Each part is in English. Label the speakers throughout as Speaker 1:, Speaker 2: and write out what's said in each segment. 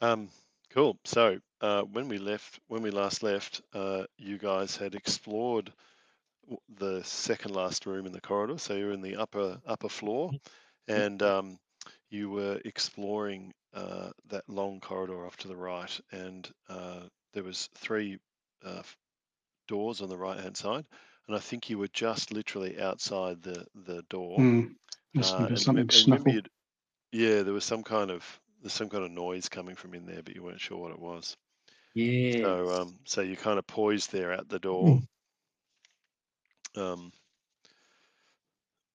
Speaker 1: Um, cool. So uh, when we left, when we last left, uh, you guys had explored w- the second last room in the corridor. So you're in the upper upper floor, and um, you were exploring uh, that long corridor off to the right, and uh, there was three uh, f- doors on the right hand side, and I think you were just literally outside the the door.
Speaker 2: Mm. Listen
Speaker 1: Uh,
Speaker 2: to
Speaker 1: and, re-
Speaker 2: something
Speaker 1: and remember,
Speaker 2: snuffle.
Speaker 1: you'd, yeah, there was some kind of there's some kind of noise coming from in there, but you weren't sure what it was. So,
Speaker 3: Yes.
Speaker 1: um, so you're kind of poised there at the door,
Speaker 2: Mm. Hmm.
Speaker 1: um,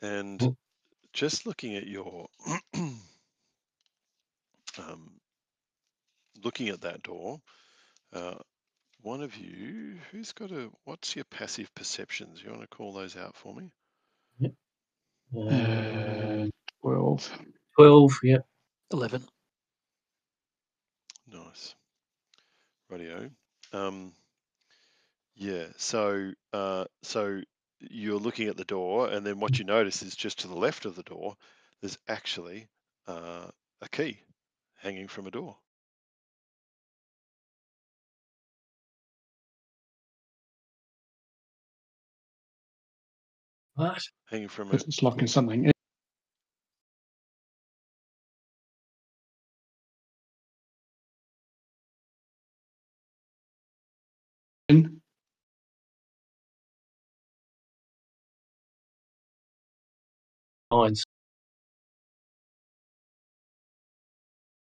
Speaker 1: and
Speaker 3: Well,
Speaker 1: just looking at your um, looking at that door, uh, one of you who's got a what's your passive perceptions? You want to call those out for me?
Speaker 3: yep.
Speaker 2: Uh,
Speaker 3: Um,
Speaker 2: 12.
Speaker 3: 12, yep.
Speaker 4: 11.
Speaker 1: Nice, radio. Um, Yeah, so uh, so you're looking at the door, and then what you notice is just to the left of the door, there's actually uh, a key hanging from a door.
Speaker 3: What?
Speaker 1: Hanging from a
Speaker 2: It's it's locking something in. in.
Speaker 3: Nines.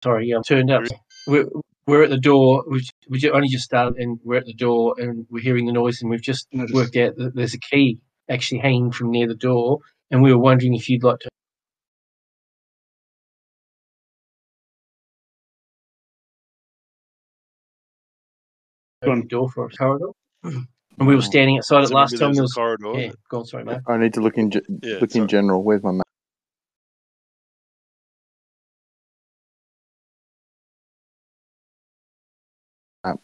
Speaker 3: Sorry, yeah, I've turned up.
Speaker 1: Re-
Speaker 3: We're, we're at the door. We've, we ju- only just started and we're at the door and we're hearing the noise and we've just
Speaker 2: Notice.
Speaker 3: worked out that there's a key actually hanging from near the door. And we were wondering if you'd like to. open the
Speaker 2: Done.
Speaker 3: door for a corridor. and we were standing outside it
Speaker 1: So remember,
Speaker 3: last
Speaker 1: there
Speaker 3: time.
Speaker 1: was
Speaker 3: There
Speaker 1: Oh, a
Speaker 3: was
Speaker 1: corridor
Speaker 3: yeah,
Speaker 1: that
Speaker 3: go on, sorry, mate.
Speaker 5: I need to look in ge-
Speaker 1: yeah,
Speaker 5: look in
Speaker 1: sorry.
Speaker 5: general. Where's my map? map?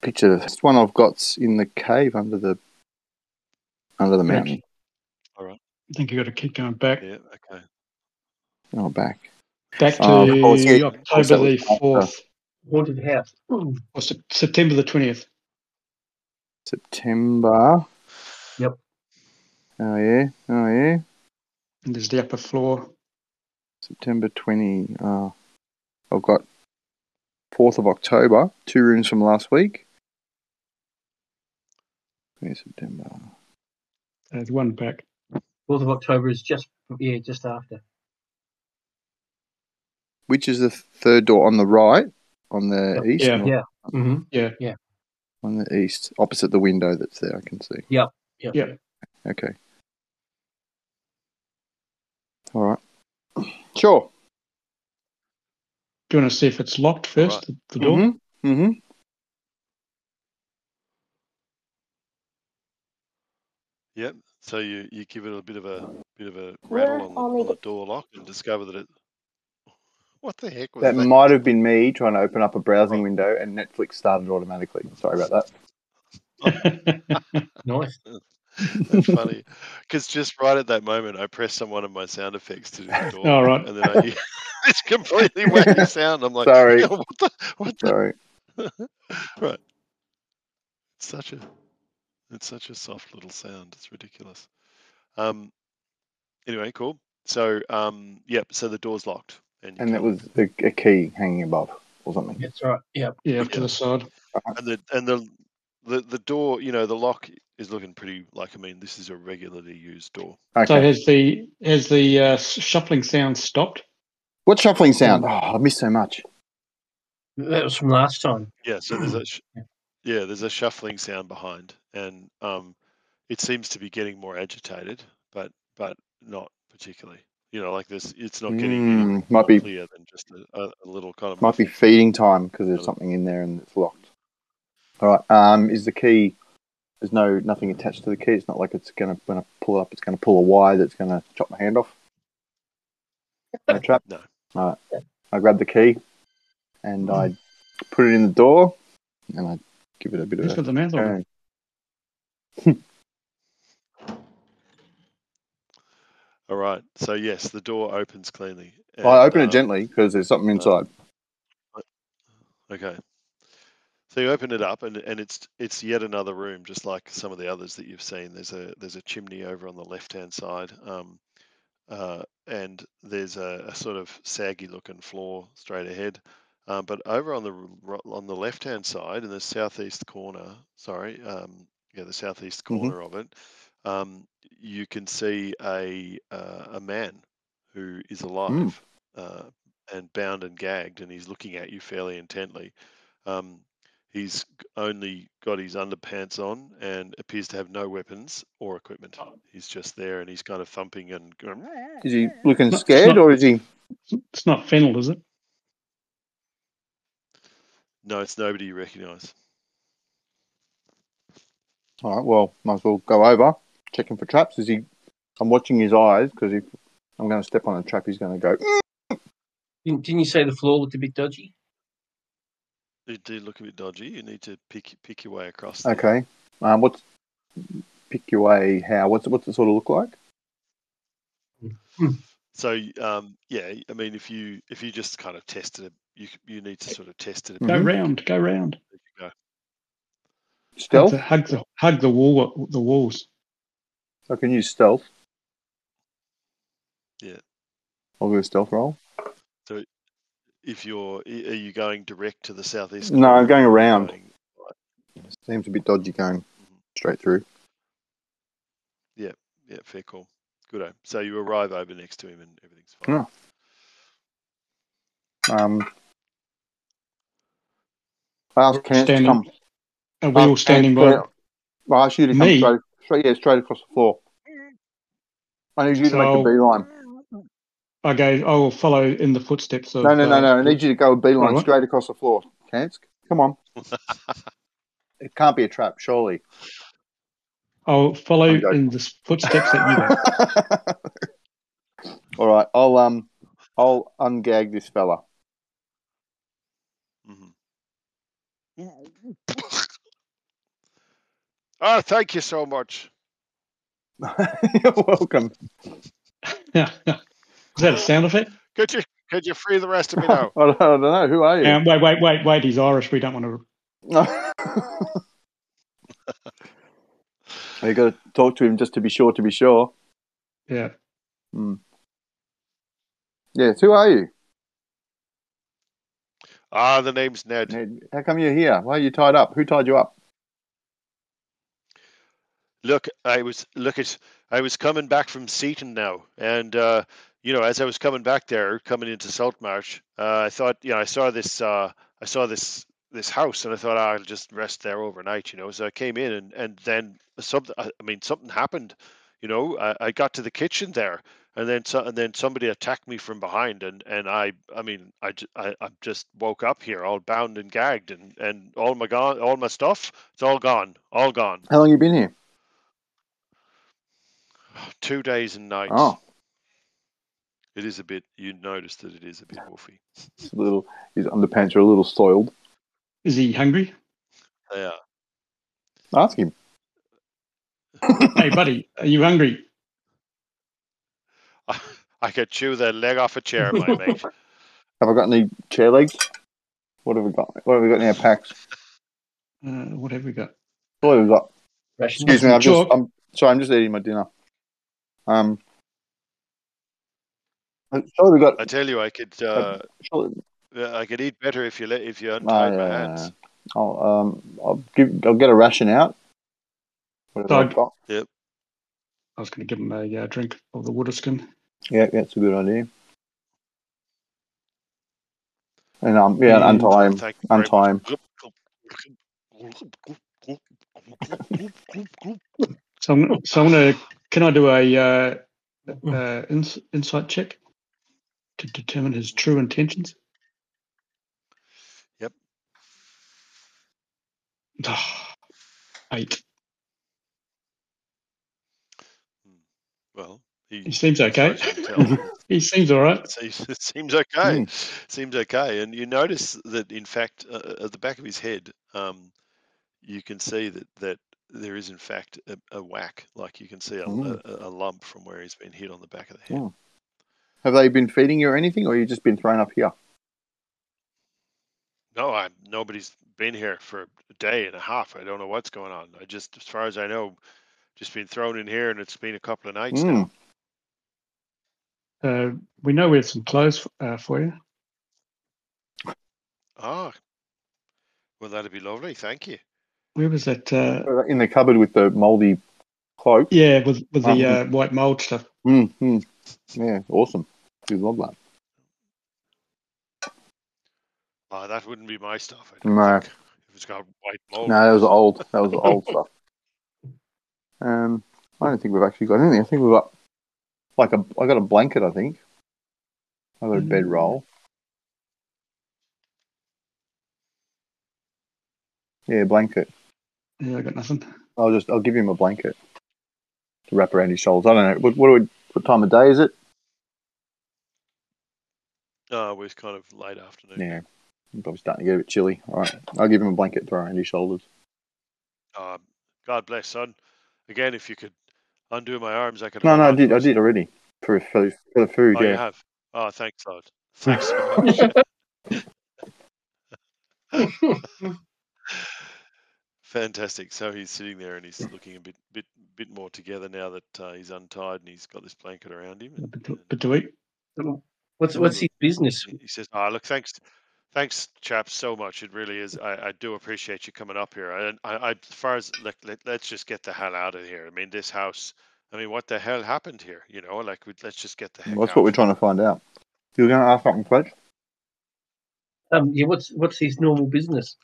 Speaker 5: Picture this one I've got's in the cave under the under the
Speaker 2: Got a
Speaker 5: mountain.
Speaker 2: key.
Speaker 1: All right.
Speaker 2: I think you got to keep going back.
Speaker 1: Yeah. Okay.
Speaker 5: Oh, back.
Speaker 2: Back
Speaker 5: Oh, of course, yeah.
Speaker 2: to
Speaker 5: Of course,
Speaker 2: October
Speaker 5: that was
Speaker 2: the 4th
Speaker 3: Haunted house. Mm.
Speaker 2: or Sep- September the 20th.
Speaker 5: September.
Speaker 3: Yep.
Speaker 5: Oh yeah. Oh yeah.
Speaker 2: And there's the upper floor.
Speaker 5: September twenty. Oh, I've got fourth of October. Two rooms from last week. Yeah, September.
Speaker 2: There's one back.
Speaker 3: Fourth of October is just yeah, just after.
Speaker 5: Which is the third door on the right, on the
Speaker 3: Yep.
Speaker 5: east,
Speaker 2: Yeah.
Speaker 5: north-
Speaker 3: Yeah. Mm-hmm.
Speaker 2: Yeah.
Speaker 5: on the east, opposite the window that's there. I can see.
Speaker 3: Yep. Yep.
Speaker 2: Yeah.
Speaker 5: Okay. All right. Sure.
Speaker 2: Do you want to see if it's locked first,
Speaker 1: Right.
Speaker 2: the, the door?
Speaker 5: Mm-hmm. Mm-hmm.
Speaker 1: Yep. So you you give it a bit of a bit of a rattle
Speaker 5: Where
Speaker 1: on the
Speaker 5: only
Speaker 1: on the door lock and discover that it. What the heck was
Speaker 5: That
Speaker 1: that?
Speaker 5: might have been me trying to open up a browsing window, and Netflix started automatically. Sorry about
Speaker 1: Mm-hmm.
Speaker 3: Nice.
Speaker 1: That's funny, because just right at that moment, I pressed on one of my sound effects to do the door
Speaker 2: All
Speaker 1: lock,
Speaker 2: right.
Speaker 1: and then I hear this completely wacky sound. I'm
Speaker 5: that.
Speaker 1: like,
Speaker 5: Sorry.
Speaker 1: "Yeah, what the, what the?
Speaker 5: Sorry.
Speaker 1: Right, it's such a, it's such a soft little sound. It's ridiculous. Um, anyway, cool. So, um, yep. So the door's locked, and you
Speaker 5: And that
Speaker 1: can't.
Speaker 5: was a, a key hanging above or something.
Speaker 3: That's right. Yep.
Speaker 2: Yeah, up to
Speaker 1: Yeah,
Speaker 2: the side.
Speaker 1: and the and the the the door, you know, the lock is looking pretty. Like, I mean, this is a regularly used door.
Speaker 2: So
Speaker 5: Okay.
Speaker 2: has the has the uh, s- shuffling sound stopped?
Speaker 5: What shuffling sound? Oh, I missed so much.
Speaker 3: That was from last time.
Speaker 1: Yeah. So there's a sh- yeah, there's a shuffling sound behind, and um, it seems to be getting more agitated, but but not particularly. You know, like this, it's not getting any
Speaker 5: Mm, might
Speaker 1: more
Speaker 5: be
Speaker 1: clear than just a, a, a little kind of
Speaker 5: might be
Speaker 1: muffled.
Speaker 5: feeding time because
Speaker 1: kind
Speaker 5: there's
Speaker 1: of-
Speaker 5: something in there and it's locked. All right. Um, is the key? There's no nothing attached to the key. It's not like it's gonna when I pull it up, it's gonna pull a wire that's gonna chop my hand off. No trap.
Speaker 1: No.
Speaker 5: All right. I grab the key and
Speaker 2: Mm.
Speaker 5: I put it in the door and I give it a bit
Speaker 2: Who's
Speaker 5: of
Speaker 2: got the mouth
Speaker 5: a
Speaker 2: organ?
Speaker 5: turn.
Speaker 1: All right. So yes, the door opens cleanly.
Speaker 5: I
Speaker 1: and,
Speaker 5: open
Speaker 1: um,
Speaker 5: it gently because there's something inside.
Speaker 1: Okay. So you open it up, and, and it's it's yet another room, just like some of the others that you've seen. There's a there's a chimney over on the left hand side, um, uh, and there's a, a sort of saggy looking floor straight ahead. Um, but over on the r- on the left hand side, in the southeast corner, sorry, um, yeah, the southeast
Speaker 5: Mhm.
Speaker 1: corner of it, um, you can see a uh, a man who is alive uh, and bound and gagged, and he's looking at you fairly intently. Um, he's g- only got his underpants on and appears to have no weapons or equipment.
Speaker 5: Oh.
Speaker 1: He's just there, and he's kind of thumping and going,
Speaker 5: Is he looking
Speaker 2: Not-
Speaker 5: scared
Speaker 2: not-
Speaker 5: or is he?
Speaker 2: It's not fennel, is it?
Speaker 1: "No, it's nobody you recognise."
Speaker 5: All right, well, might as well go over, check him for traps. Is he? I'm watching his eyes because if I'm going to step on a trap, he's going to go. "Mm."
Speaker 3: Didn't, didn't you say the floor looked a bit dodgy?
Speaker 1: It did look a bit dodgy. You need to pick pick your way across. there.
Speaker 5: Okay. Um, what's pick your way? How? What's what's it sort of look like?
Speaker 1: So y- um, yeah, I mean, if you if you just kind of test it, you c- you need to sort of test it. a
Speaker 2: Go
Speaker 1: bit
Speaker 5: Mhm.
Speaker 2: round, go round.
Speaker 1: as you go.
Speaker 2: Hug
Speaker 5: Stealth.
Speaker 2: the, hug the hug the wall, uh, the walls.
Speaker 5: I can use stealth.
Speaker 1: Yeah.
Speaker 5: I'll do a stealth roll.
Speaker 1: If you're, i- are you going direct to the southeast?
Speaker 5: No,
Speaker 1: corner
Speaker 5: I'm going
Speaker 1: or are you
Speaker 5: around.
Speaker 1: going-
Speaker 5: Seems a bit dodgy going straight through.
Speaker 1: yeah, fair call. Good. So you arrive over next to him, and everything's fine.
Speaker 5: Oh. Um, I ask Kenneth to
Speaker 2: Standing.
Speaker 5: come.
Speaker 2: Are we
Speaker 5: I
Speaker 2: all
Speaker 5: ask
Speaker 2: standing
Speaker 5: Kenneth
Speaker 2: by?
Speaker 5: to- I ask you to come
Speaker 2: Me?
Speaker 5: straight, straight, yeah, straight across the floor. I need you to make a
Speaker 2: So-
Speaker 5: beeline.
Speaker 2: I go. I will follow in the footsteps of.
Speaker 5: No, no,
Speaker 2: uh,
Speaker 5: no, no. I need you to go a beeline
Speaker 2: Alright.
Speaker 5: straight across the floor. Kenneth, come on. It can't be a trap, surely.
Speaker 2: I'll follow
Speaker 5: I'm joking.
Speaker 2: in the s- footsteps that you go.
Speaker 5: All right, I'll um, I'll ungag this fella.
Speaker 1: Mm-hmm. Mhm. oh, thank you so much.
Speaker 5: You're welcome.
Speaker 2: Yeah. Is that a sound effect?
Speaker 1: Could you could you free the rest of me
Speaker 5: I
Speaker 1: now?
Speaker 5: don't, I don't know who are you.
Speaker 2: Um, wait, wait, wait, wait. He's Irish. We don't want to.
Speaker 5: you got to talk to him just to be sure. To be sure.
Speaker 2: Yeah.
Speaker 5: Yes. Who are you?
Speaker 1: Ah, the name's Ned.
Speaker 5: Ned, How come you're here? Why are you tied up? Who tied you up?
Speaker 1: Look, I was look at I was coming back from Seaton now, and uh, you know, as I was coming back there, coming into Saltmarsh, uh, I thought, you know, I saw this uh, I saw this this house, and I thought "Ah, I'll just rest there overnight, you know. So I came in, and and then something. I I mean, something happened, you know. I, I got to the kitchen there, and then so, and then somebody attacked me from behind, and and I I mean, I, j- I, I just woke up here, all bound and gagged, and and all my gone, all my stuff, it's all gone, all gone.
Speaker 5: How long you been here?
Speaker 1: Two days and nights.
Speaker 5: Oh.
Speaker 1: It is a bit, you notice that it is a bit wolfy.
Speaker 5: It's a little. His underpants are a little soiled.
Speaker 2: Is he hungry?
Speaker 1: Yeah.
Speaker 5: Ask him.
Speaker 2: hey, buddy, are you hungry?
Speaker 1: I, I could chew the leg off a chair, my mate.
Speaker 5: Have I got any chair legs? What have we got? What have we got in our packs?
Speaker 2: Uh, what have we got?
Speaker 5: What have we got?
Speaker 3: Rations?
Speaker 5: Excuse me. I'm just.
Speaker 2: Sure.
Speaker 5: I'm sorry. I'm just eating my dinner. Um. Surely we got.
Speaker 1: I tell you, I could, uh,
Speaker 5: Surely,
Speaker 1: uh, I could eat better if you let, if you
Speaker 2: Ah,
Speaker 5: No,
Speaker 1: untied
Speaker 5: no,
Speaker 1: my
Speaker 5: no, no,
Speaker 1: hands.
Speaker 5: no. uh, I'll um, I'll give, I'll get a ration out. Whatever
Speaker 2: Doug.
Speaker 5: I've got.
Speaker 2: I was going to give him a uh, drink of the water skin.
Speaker 5: Yeah, that's a good idea. And um, yeah,
Speaker 2: Yeah.
Speaker 5: untie him.
Speaker 1: Thank you very
Speaker 5: Untie him.
Speaker 1: much.
Speaker 2: So
Speaker 1: Oh.
Speaker 2: I'm, so I'm going to. Can I do a uh, uh, ins, insight check to determine his true intentions?
Speaker 1: Yep.
Speaker 2: Ah, Eight.
Speaker 1: Well, he,
Speaker 2: He seems okay.
Speaker 1: as you can tell,
Speaker 2: he seems all right.
Speaker 1: seems, seems okay.
Speaker 5: Mm.
Speaker 1: Seems okay. And you uh, notice that, in fact, uh, at the back of his head, um, you can see that that there is in fact a, a whack. Like you can see a,
Speaker 5: Mm.
Speaker 1: a, a lump from where he's been hit on the back of the head.
Speaker 5: Mm. Have they been feeding you or anything, or you just been thrown up here?
Speaker 1: No, I nobody's been here for a day and a half. I don't know what's going on. I just, as far as I know, just been thrown in here, and it's been a couple of nights now.
Speaker 5: Mm.
Speaker 2: Uh, we know we have some clothes uh, for you.
Speaker 1: Ah, well, that'd be lovely. Thank you.
Speaker 2: Where was that? Uh,
Speaker 5: In the cupboard with the mouldy cloak.
Speaker 2: yeah, with with the uh,
Speaker 5: Um,
Speaker 2: white mold stuff.
Speaker 5: Mm, mm. Yeah, awesome. We love that.
Speaker 1: Ah, that wouldn't be my stuff. I don't
Speaker 5: No,
Speaker 1: think. If it's got white mold.
Speaker 5: no, that was old. That was old stuff. Um, I don't think we've actually got anything. I think we've got like a. I got a blanket. I think. I got a bed roll. Yeah, blanket.
Speaker 2: Yeah, I got nothing.
Speaker 5: I'll just. I'll give him a blanket to wrap around his shoulders. I don't know. What, what, do we, what time of day is it?
Speaker 1: Ah, well, it's kind of late afternoon.
Speaker 5: Yeah. I'm probably starting to get a bit chilly. All right. I'll give him a blanket to wrap around his shoulders.
Speaker 1: Um, God bless, son. Again, if you could undo my arms, I could.
Speaker 5: No,
Speaker 1: hold
Speaker 5: no, I
Speaker 1: on to
Speaker 5: did. I
Speaker 1: it.
Speaker 5: did already for for, for the food.
Speaker 1: Oh, you
Speaker 5: yeah.
Speaker 1: have. Oh, thanks, Lord. Thanks so much. Fantastic. So he's sitting there and he's looking a bit, bit, bit more together now that uh, he's untied and he's got this blanket around him. And,
Speaker 2: Uh, But do,
Speaker 1: and
Speaker 2: but do we?
Speaker 3: what's what's his business?
Speaker 1: he- he says, "Ah, look, thanks, thanks, chaps, so much. It really is. I, I do appreciate you coming up here. I, I, I as far as like, let, let's just get the hell out of here. I mean, this house. I mean, what the hell happened here? You know, like, we, let's just get the heck
Speaker 5: Well, that's
Speaker 1: out.
Speaker 5: what we're trying to find out. You were going to ask something, Fletch?
Speaker 3: Um, yeah, what's what's his normal business?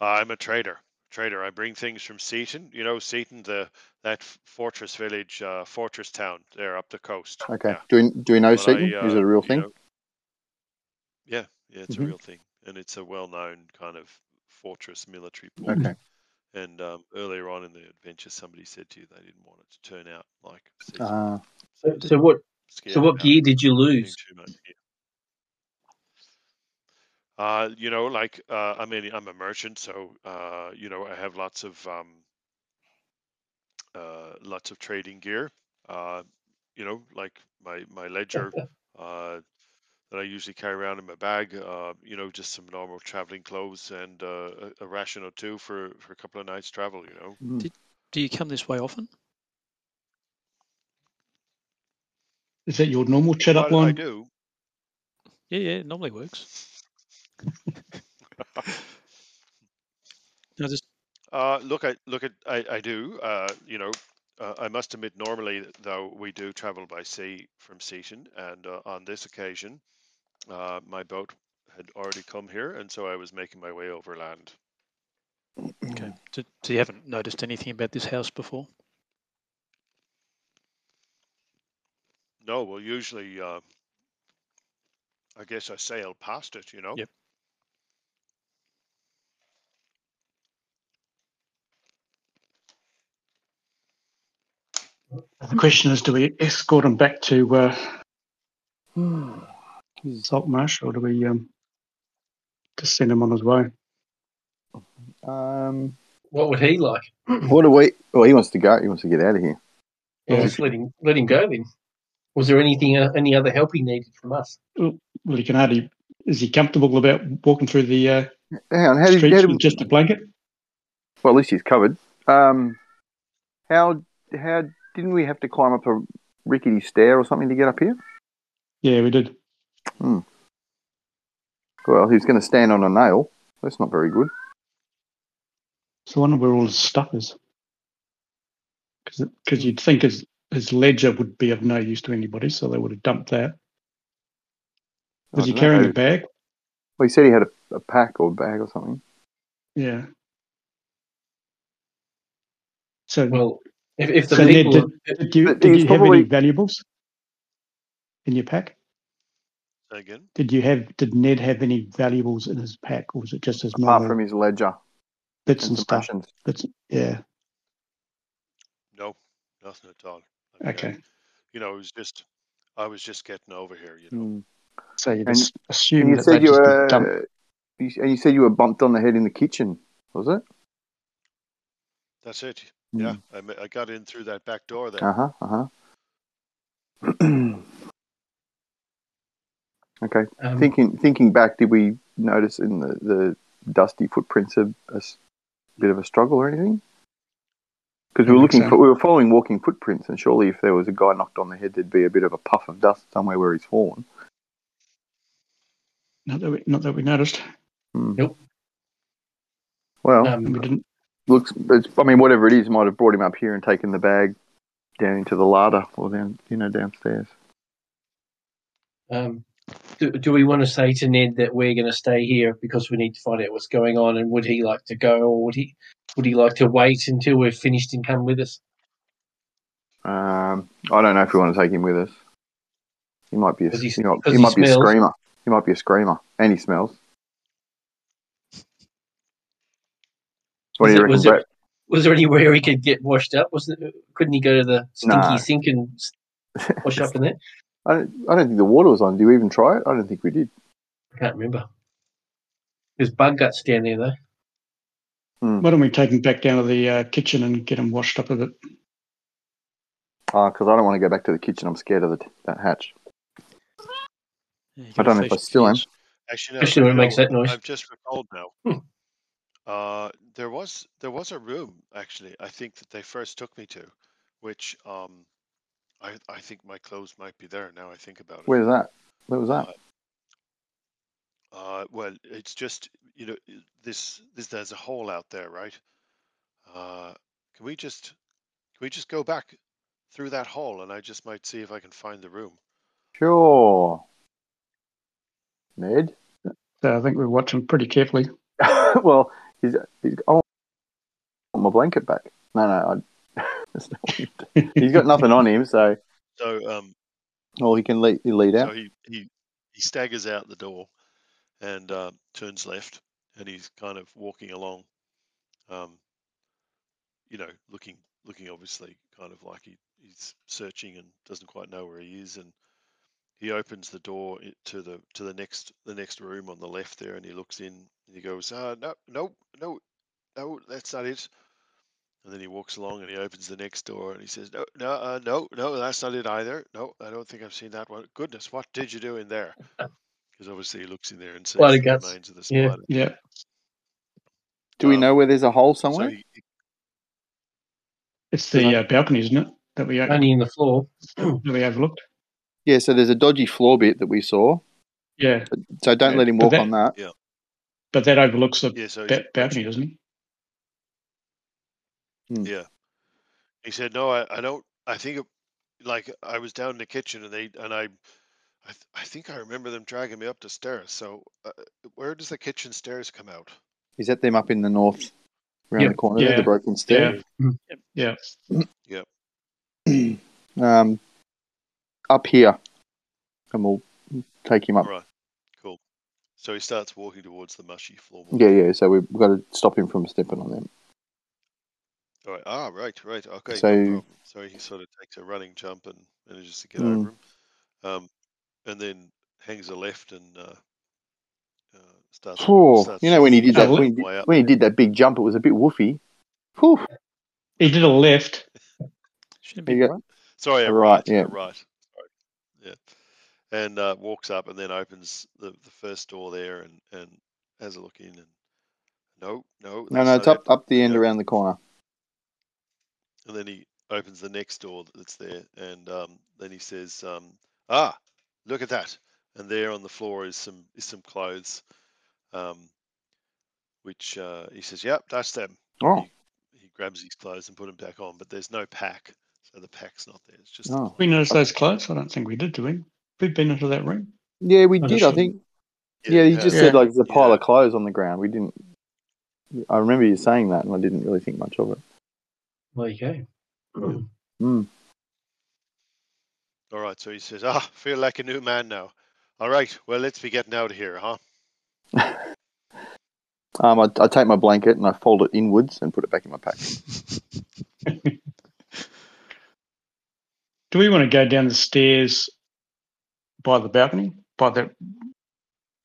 Speaker 1: I'm a trader. Trader. I bring things from Seaton. You know, Seaton, the that f- fortress village, uh, fortress town there up the coast.
Speaker 5: Okay.
Speaker 1: Yeah.
Speaker 5: Do we do we know
Speaker 1: But
Speaker 5: Seaton?
Speaker 1: I, uh,
Speaker 5: is it a real
Speaker 1: you
Speaker 5: thing?
Speaker 1: know- yeah, yeah, it's
Speaker 5: Mhm.
Speaker 1: a real thing, and it's a well-known kind of fortress military port.
Speaker 5: Okay.
Speaker 1: And um, earlier on in the adventure, somebody said to you they didn't want it to turn out like. Seaton.
Speaker 5: Uh,
Speaker 3: So,
Speaker 1: they're
Speaker 3: so what
Speaker 1: scared
Speaker 3: so what
Speaker 1: about
Speaker 3: gear did you lose?
Speaker 1: doing too much here. Uh, you know, like uh, I mean, I'm a merchant, so uh, you know, I have lots of um, uh, lots of trading gear. Uh, you know, like my my ledger uh, that I usually carry around in my bag. Uh, you know, just some normal traveling clothes and uh, a, a ration or two for for a couple of nights travel. You know,
Speaker 5: mm.
Speaker 4: Do you come this way often?
Speaker 2: Is that your normal chat up
Speaker 1: Well, I
Speaker 2: line?
Speaker 1: do.
Speaker 4: Yeah, yeah, it normally works. No, just
Speaker 1: Uh, look, I look at I, I do. Uh, you know, uh, I must admit, normally though we do travel by sea from Seaton, and uh, on this occasion, uh, my boat had already come here, and so I was making my way overland.
Speaker 4: okay. So, so you haven't noticed anything about this house before?
Speaker 1: No, well, usually, uh, I guess I sail past it. You know.
Speaker 4: Yep.
Speaker 2: The question is, do we escort him back to uh, Saltmarsh, or do we um, just send him on his way?
Speaker 5: Um,
Speaker 3: What would he like?
Speaker 5: what do we? Well, he wants to go. He wants to get out of here.
Speaker 3: Well,
Speaker 2: Yeah.
Speaker 3: let's let him let him go then. Was there anything uh, any other help he needed from us?
Speaker 2: Well, he can hardly. er Is he comfortable about walking through the uh,
Speaker 5: Hang on. How did, how
Speaker 2: streets
Speaker 5: did
Speaker 2: with just a blanket?
Speaker 5: Well, at least he's covered. Um, how how didn't we have to climb up a rickety stair or something to get up here?
Speaker 2: Yeah, we did.
Speaker 5: Well, he's going to stand on a nail. That's not very good.
Speaker 2: So I wonder where all his stuff is. Because you'd think his, his ledger would be of no use to anybody, so they would have dumped that. Was
Speaker 5: I
Speaker 2: he
Speaker 5: don't
Speaker 2: carrying
Speaker 5: know.
Speaker 2: a bag?
Speaker 5: Well, he said he had a, a pack or bag or something.
Speaker 2: Yeah. So,
Speaker 3: Well, if, if the
Speaker 2: so Ned,
Speaker 3: people,
Speaker 2: did,
Speaker 3: if-
Speaker 2: did you,
Speaker 5: But
Speaker 2: did
Speaker 5: he's
Speaker 2: you have
Speaker 5: probably-
Speaker 2: any valuables in your pack?
Speaker 1: Say Again,
Speaker 2: Did you have? Did Ned have any valuables in his pack, or was it just his
Speaker 5: Apart
Speaker 2: normal
Speaker 5: from his ledger
Speaker 2: bits
Speaker 5: and
Speaker 2: and
Speaker 5: some
Speaker 2: stuff?
Speaker 5: rations.
Speaker 2: Bits, yeah.
Speaker 1: no, nothing at all. I mean, I-
Speaker 2: Okay.
Speaker 1: You know, it was just I was just getting over here. You know.
Speaker 5: Mm.
Speaker 2: So you
Speaker 5: And-
Speaker 2: assume
Speaker 5: And you
Speaker 2: that they
Speaker 5: said you
Speaker 2: just dumped.
Speaker 5: were, you, and you said you were bumped on the head in the kitchen Was it?
Speaker 1: That's it.
Speaker 3: Mm.
Speaker 1: Yeah, I, ma- I got in through that back door
Speaker 3: Ah,
Speaker 1: there.
Speaker 5: Uh huh. Uh huh. okay.
Speaker 2: Mm-hmm.
Speaker 3: Um,
Speaker 5: Thinking thinking back, did we notice in the, the dusty footprints a, a s- bit of a struggle or anything? Because we
Speaker 2: I
Speaker 5: were
Speaker 2: think
Speaker 5: looking
Speaker 2: so.
Speaker 5: for we were following walking footprints, and surely if there was a guy knocked on the head, there'd be a bit of a puff of dust somewhere where he's fallen.
Speaker 2: Not that we, not that we noticed.
Speaker 5: Hmm.
Speaker 3: Nope.
Speaker 5: Well,
Speaker 3: um,
Speaker 2: We didn't.
Speaker 5: looks. It's, I mean, whatever it is, might have brought him up here and taken the bag down into the larder or down, you know, downstairs.
Speaker 3: Um, do, do we want to say to Ned that we're going to stay here because we need to find out what's going on, and would he like to go, or would he would he like to wait until we're finished and come with us?
Speaker 5: Um, I don't know if we want to take him with us. He might be a,
Speaker 3: 'Cause he-
Speaker 5: you know,
Speaker 3: 'cause
Speaker 5: he
Speaker 3: he
Speaker 5: might be a
Speaker 3: smells.
Speaker 5: screamer. He might be a screamer, and he smells. What
Speaker 3: Was
Speaker 5: do you
Speaker 3: it-
Speaker 5: reckon,
Speaker 3: was it-
Speaker 5: Brett?
Speaker 3: Was there anywhere he could get washed up? Wasn't it, couldn't he go to the stinky
Speaker 5: No.
Speaker 3: sink and s- wash up in there?
Speaker 5: I don't, I don't think the water was on. Did you even try it? I don't think we did.
Speaker 3: I can't remember. There's bug guts down there though.
Speaker 2: Why don't we take him back down to the uh, kitchen and get him washed up a bit?
Speaker 5: Because Uh, I don't want to go back to the kitchen. I'm scared of the, that hatch.
Speaker 4: Yeah, you
Speaker 5: I
Speaker 4: gotta
Speaker 5: don't know if
Speaker 4: face
Speaker 5: I
Speaker 4: the
Speaker 5: still am.
Speaker 4: fears.
Speaker 1: Actually, no,
Speaker 3: Especially when it makes
Speaker 1: no,
Speaker 3: that noise.
Speaker 1: I've just recalled now.
Speaker 3: Hmm.
Speaker 1: Uh, there was there was a room actually. I think that they first took me to, which um, I I think my clothes might be there now. I think about it.
Speaker 5: Where's that? Where was that?
Speaker 1: Uh, well, it's just you know i- this this there's a hole out there, right? Uh, can we just can we just go back through that hole and I just might see if I can find the room.
Speaker 5: Sure. Ned?
Speaker 2: So I think we watch him pretty carefully.
Speaker 5: well, he's, he's. I want my blanket back. No, no. I, that's not what he did. he's got nothing on him, so.
Speaker 1: So um,
Speaker 5: Well, he can lead, he lead
Speaker 1: so
Speaker 5: out.
Speaker 1: he he he staggers out the door and uh, turns left, and he's kind of walking along, um, you know, looking looking obviously kind of like he, he's searching and doesn't quite know where he is, and he opens the door i- to the to the next the next room on the left there, and he looks in and he goes, uh, no, no, no, no, that's not it. And then he walks along and he opens the next door and he says, no, no, uh, no, no, that's not it either. No, I don't think I've seen that one. Goodness, what did you do in there? Because obviously he looks in there and sees
Speaker 3: Bloody
Speaker 1: the
Speaker 3: guts.
Speaker 1: remains of the
Speaker 3: Yeah.
Speaker 1: spider.
Speaker 2: Yeah.
Speaker 5: Do we
Speaker 1: Um,
Speaker 5: know where there's a hole
Speaker 1: So
Speaker 5: somewhere?
Speaker 1: he, he-
Speaker 2: It's the uh, balcony, isn't it? That we, that
Speaker 3: Only in the floor.
Speaker 2: we overlooked.
Speaker 5: Yeah, so there's a dodgy floor bit that we saw.
Speaker 2: Yeah.
Speaker 5: So don't
Speaker 2: Yeah,
Speaker 5: let him
Speaker 2: but
Speaker 5: walk
Speaker 2: that-
Speaker 5: on that.
Speaker 2: But that overlooks the,
Speaker 1: yeah, so he,
Speaker 2: that balcony, doesn't he?
Speaker 1: he said, no, I, I don't, I think it, like I was down in the kitchen and they, and I, I, th- I think I remember them dragging me up the stairs. So uh, where does the kitchen stairs come out?
Speaker 5: Is that them up in the north, around
Speaker 3: Yeah.
Speaker 5: the corner there,
Speaker 2: Yeah.
Speaker 5: the broken stair?
Speaker 2: Yeah.
Speaker 5: Um, up here, and we'll take him up.
Speaker 1: All right, cool. So he starts walking towards the mushy floorboard.
Speaker 5: Yeah, yeah. So we've got to stop him from stepping on them.
Speaker 1: All right. Ah, right, right. Okay. no
Speaker 5: So-
Speaker 1: problem. so he sort of takes a running jump and manages to get
Speaker 5: Mm.
Speaker 1: over him, um, and then hangs a left and uh, uh, starts.
Speaker 5: Phew.
Speaker 1: starts
Speaker 5: You know when he did that
Speaker 2: Oh,
Speaker 5: when he
Speaker 1: way
Speaker 5: did,
Speaker 1: up.
Speaker 5: when he did that big jump, it was a bit woofy. Phew.
Speaker 2: He did a left.
Speaker 4: Shouldn't
Speaker 5: You
Speaker 4: be
Speaker 5: got-
Speaker 4: right.
Speaker 1: Sorry, a
Speaker 5: A
Speaker 1: right.
Speaker 5: right, yeah.
Speaker 1: a right. Sorry. Yeah. And uh, walks up and then opens the, the first door there and, and has a look in and no, no,
Speaker 5: No,
Speaker 1: that's
Speaker 5: no,
Speaker 1: not
Speaker 5: it's up
Speaker 1: it.
Speaker 5: up the
Speaker 1: He
Speaker 5: end
Speaker 1: opens-
Speaker 5: around the corner.
Speaker 1: And then he opens the next door that's there, and um, then he says, um, "Ah, look at that!" And there on the floor is some is some clothes, um, which uh, he says, "Yep, that's them."
Speaker 5: Oh,
Speaker 1: He grabs his clothes and put them back on, but there's no pack, so the pack's not there. It's just
Speaker 5: No.
Speaker 1: the
Speaker 2: We
Speaker 1: clothes.
Speaker 2: noticed those clothes. I don't think we did, do we? We've been into that room.
Speaker 5: yeah, we
Speaker 3: I
Speaker 5: did.
Speaker 3: just-
Speaker 5: I think. Yeah, you just
Speaker 1: yeah.
Speaker 5: said like there's a pile
Speaker 1: Yeah.
Speaker 5: of clothes on the ground. We didn't. I remember you saying that, and I didn't really think much of it.
Speaker 3: There you go.
Speaker 5: Mm.
Speaker 1: All right, so he says, "Ah, feel like a new man now." All right, well, let's be getting out of here, huh?
Speaker 5: Um, I, I take my blanket and I fold it inwards and put it back in my pack.
Speaker 2: Do we want to go down the stairs by the balcony, by the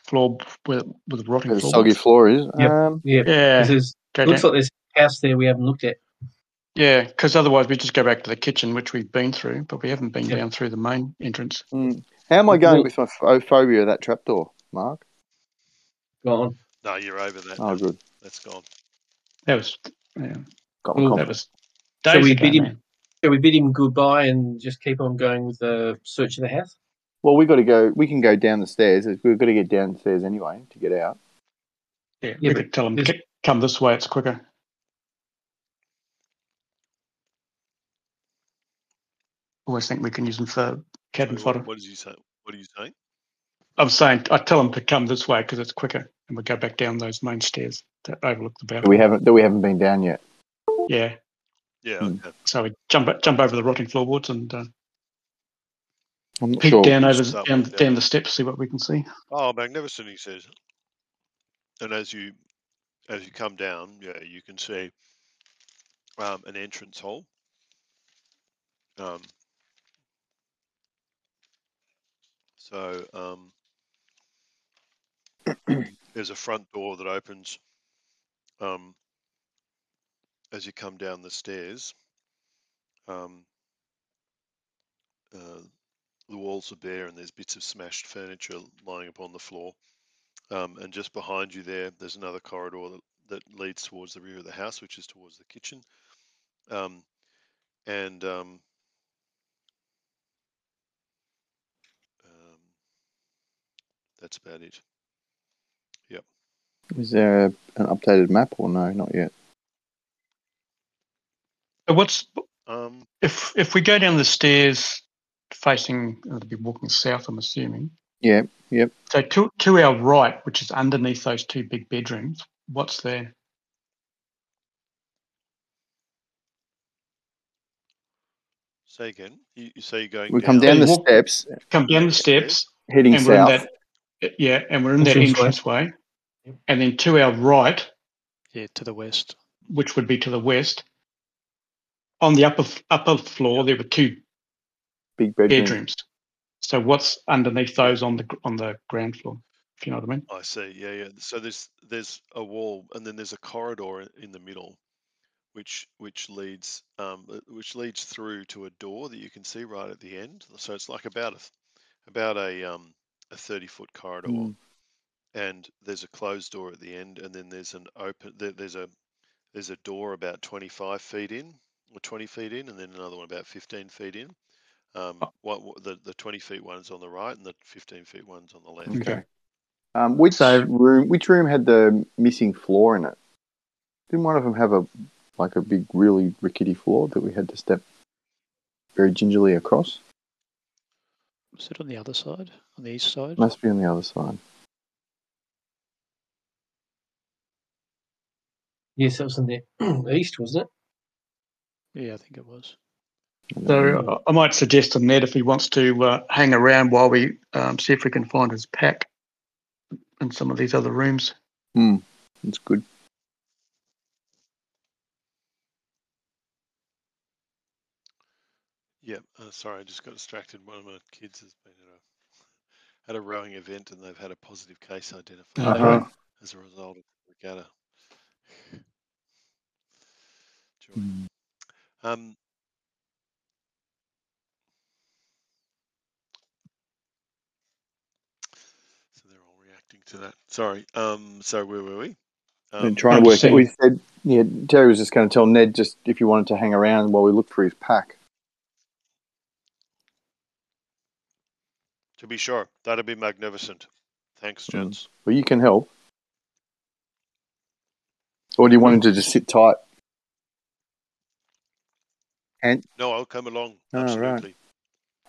Speaker 2: floor with with rotting
Speaker 5: Where the
Speaker 2: floor?
Speaker 5: soggy floor is.
Speaker 3: Yep.
Speaker 5: Um,
Speaker 3: Yeah.
Speaker 2: Yeah,
Speaker 3: This is
Speaker 2: Go
Speaker 3: Looks
Speaker 2: down.
Speaker 3: like there's a house there we haven't looked at.
Speaker 2: Yeah, because otherwise we just go back to the kitchen, which we've been through, but we haven't been
Speaker 3: Yeah.
Speaker 2: down through the main entrance.
Speaker 5: Mm. How am I going with my ph- oh, phobia of that trapdoor, Mark?
Speaker 3: Gone.
Speaker 1: No, you're over that.
Speaker 5: Oh, good.
Speaker 1: That's gone.
Speaker 2: That was, yeah,
Speaker 5: Got my
Speaker 2: Ooh, that
Speaker 5: confidence.
Speaker 2: was
Speaker 3: So
Speaker 2: days
Speaker 3: we
Speaker 2: ago,
Speaker 3: bid him-
Speaker 2: man.
Speaker 3: Shall we bid him goodbye and just keep on going with the search of the house?
Speaker 5: Well, we got to go. We can go down the stairs. We've got to get downstairs anyway to get out.
Speaker 2: Yeah,
Speaker 3: Yeah,
Speaker 2: we
Speaker 3: but
Speaker 2: could tell him
Speaker 3: this-
Speaker 2: "C- come this way; it's quicker. Always think we can use them for cabin
Speaker 1: Sorry,
Speaker 2: fodder.
Speaker 1: what, what did you say? What are you saying?
Speaker 2: I'm saying I tell him to come this way because it's quicker, and we go back down those main stairs that overlook the
Speaker 5: That
Speaker 2: balcony.
Speaker 5: we haven't. That we haven't been down yet.
Speaker 2: Yeah,
Speaker 1: Yeah.
Speaker 5: Hmm.
Speaker 1: Okay.
Speaker 2: so we jump jump over the rotting floorboards and uh,
Speaker 5: I'm not
Speaker 2: peek
Speaker 5: sure.
Speaker 2: down over
Speaker 1: Just up,
Speaker 2: down,
Speaker 1: yeah.
Speaker 2: down the steps, see what we can see.
Speaker 1: Oh, magnificent! He says. And as you as you come down, yeah, you can see um, an entrance hall. Um, so um, there's a front door that opens um, as you come down the stairs. Um, uh, the walls are bare, and there's bits of smashed furniture lying upon the floor. Um, and just behind you there, there's another corridor that, that leads towards the rear of the house, which is towards the kitchen. Um, and um, um, that's about it.
Speaker 5: Is there a, an updated map or no? Not yet.
Speaker 2: Uh, What's
Speaker 1: Um,
Speaker 2: if if we go down the stairs facing? It'll be walking south. I'm assuming.
Speaker 5: Yeah. Yep.
Speaker 2: So to to our right, which is underneath those two big bedrooms, what's there?
Speaker 1: say again. You, you say you're going
Speaker 5: We
Speaker 1: down.
Speaker 5: come down
Speaker 2: Hey,
Speaker 5: the
Speaker 2: walk-
Speaker 5: steps,
Speaker 2: Come down the steps,
Speaker 5: heading
Speaker 2: and we're in
Speaker 5: south.
Speaker 2: that yeah, and we're in that
Speaker 3: Entranceway.
Speaker 2: entranceway,
Speaker 3: Yep.
Speaker 2: and then to our right,
Speaker 4: Yeah, to the west.
Speaker 2: which would be to the west, on the upper upper floor there were two
Speaker 5: Big bedroom.
Speaker 2: bedrooms. So what's underneath those on the gr- on the ground floor? If you know what I mean.
Speaker 1: I see. Yeah, yeah. So there's there's a wall, and then there's a corridor i- in the middle, which which leads um, uh, which leads through to a door that you can see right at the end. So it's like about a th- about a um, a thirty foot corridor,
Speaker 5: Mm.
Speaker 1: and there's a closed door at the end, and then there's an open there, there's a there's a door about twenty five feet in or twenty feet in, and then another one about fifteen feet in. Um,
Speaker 5: Oh.
Speaker 1: what what- the the twenty feet one's on the right, and the fifteen feet one's on the left.
Speaker 5: Okay.
Speaker 2: Okay.
Speaker 5: Um, which
Speaker 4: So-
Speaker 5: room? Which room had the missing floor in it? Didn't one of them have a like a big, really rickety floor that we had to step very gingerly across?
Speaker 4: Is it on the other side? On the east side?
Speaker 5: Must be on the other side.
Speaker 3: Yes, that was in the east, wasn't it?
Speaker 4: Yeah, I think it was.
Speaker 5: I don't know.
Speaker 2: So I I might suggest to Ned if he wants to uh, hang around while we um, see if we can find his pack in some of these other rooms.
Speaker 5: it's good.
Speaker 1: Yeah, uh, sorry, I just got distracted. One of my kids has been at a at a rowing event, and they've had a positive case identified
Speaker 2: Uh-huh.
Speaker 1: as a result of the regatta. Joy.
Speaker 2: uh,
Speaker 5: Mm.
Speaker 1: Um, so they're all reacting to that. Sorry. Um, so where were we?
Speaker 5: and
Speaker 1: Um,
Speaker 5: trying to
Speaker 2: I'm
Speaker 5: work.
Speaker 2: just
Speaker 5: We said, yeah, Terry was just going to tell Ned just if you wanted to hang around while we looked for his pack.
Speaker 1: to be sure, that'd be magnificent. Thanks,
Speaker 5: Mm.
Speaker 1: gents.
Speaker 5: Well, you can help. Or do you want him to just sit tight?
Speaker 1: No, I'll come along.
Speaker 5: Oh, right.
Speaker 1: Absolutely.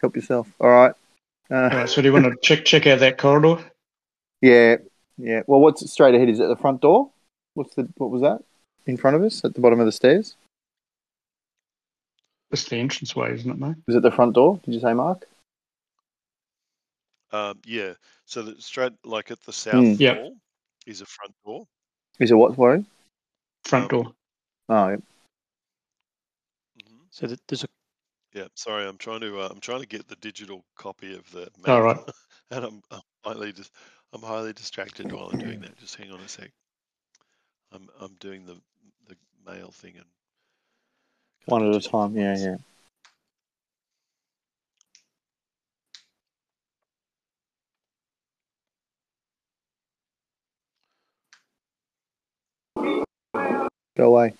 Speaker 5: Help yourself. All right.
Speaker 2: All
Speaker 5: Uh,
Speaker 2: right, so do you want to check check out that corridor?
Speaker 5: yeah, yeah. Well, what's straight ahead? Is it the front door? What's the what was that in front of us at the bottom of the stairs?
Speaker 2: It's the entranceway, isn't it, mate?
Speaker 5: Was it the front door? Did you say, Mark?
Speaker 1: Um, yeah. So the straight, like at the south
Speaker 2: Yep.
Speaker 1: wall, is a front door.
Speaker 5: Is it what? Sorry.
Speaker 2: Front
Speaker 1: Um,
Speaker 2: door.
Speaker 5: Oh, yeah.
Speaker 1: hmm
Speaker 4: So th- there's a
Speaker 1: Yeah, sorry, I'm trying to uh, I'm trying to get the digital copy of the map,
Speaker 2: All right.
Speaker 1: and I'm, I'm highly dis- I'm highly distracted while I'm doing that. Just hang on a sec. I'm I'm doing the the mail thing and
Speaker 5: One at a time. Yeah, yeah. Go away.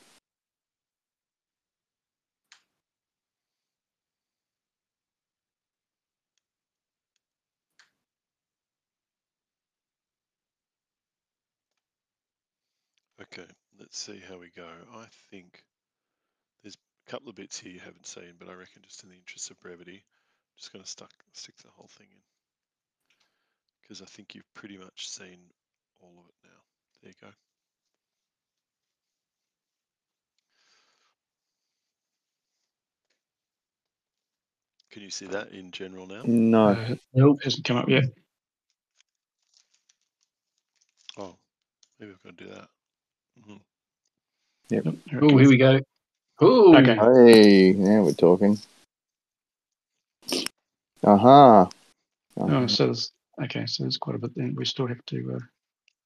Speaker 1: Okay, let's see how we go. I think there's a couple of bits here you haven't seen, but I reckon just in the interest of brevity, I'm just going to stuck stick the whole thing in because I think you've pretty much seen all of it now. There you go. Can you see that in general now?
Speaker 5: No.
Speaker 2: Uh,
Speaker 3: Nope.
Speaker 2: hasn't come up yet.
Speaker 1: Oh, maybe I've got to do that. hmm
Speaker 2: Nope, here it
Speaker 3: Oh,
Speaker 2: comes.
Speaker 3: here we go. Ooh.
Speaker 2: Okay.
Speaker 5: Hey, now we're talking. Aha.
Speaker 2: Oh, so there's okay, so there's quite a bit then. We still have to uh,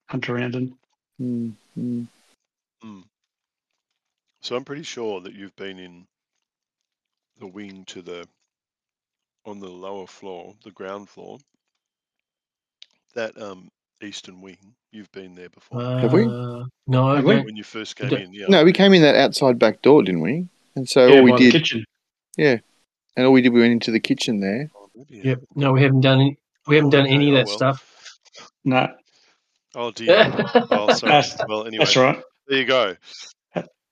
Speaker 2: hunt around and
Speaker 5: Mm, mm.
Speaker 1: So I'm pretty sure that you've been in the wing to the on the lower floor, the ground floor. That um eastern wing, you've been there before.
Speaker 5: Have we?
Speaker 3: Uh, No, I
Speaker 2: Have we?
Speaker 3: don't-
Speaker 1: when you first came
Speaker 3: Yeah.
Speaker 1: in, yeah.
Speaker 5: No, we came in that outside back door, didn't we? And so
Speaker 2: yeah,
Speaker 5: all we
Speaker 2: by
Speaker 5: did,
Speaker 2: the kitchen.
Speaker 5: and all we did, we went into the kitchen there.
Speaker 1: Oh, maybe you
Speaker 3: Yep.
Speaker 1: haven't.
Speaker 3: No, we haven't done any. We haven't
Speaker 1: Oh,
Speaker 3: done
Speaker 1: okay.
Speaker 3: any of
Speaker 1: Oh,
Speaker 3: that
Speaker 1: well.
Speaker 3: stuff.
Speaker 2: No,
Speaker 1: Oh dear. oh, sorry.
Speaker 2: that's,
Speaker 1: Well, anyway,
Speaker 2: that's all right.
Speaker 1: there you go.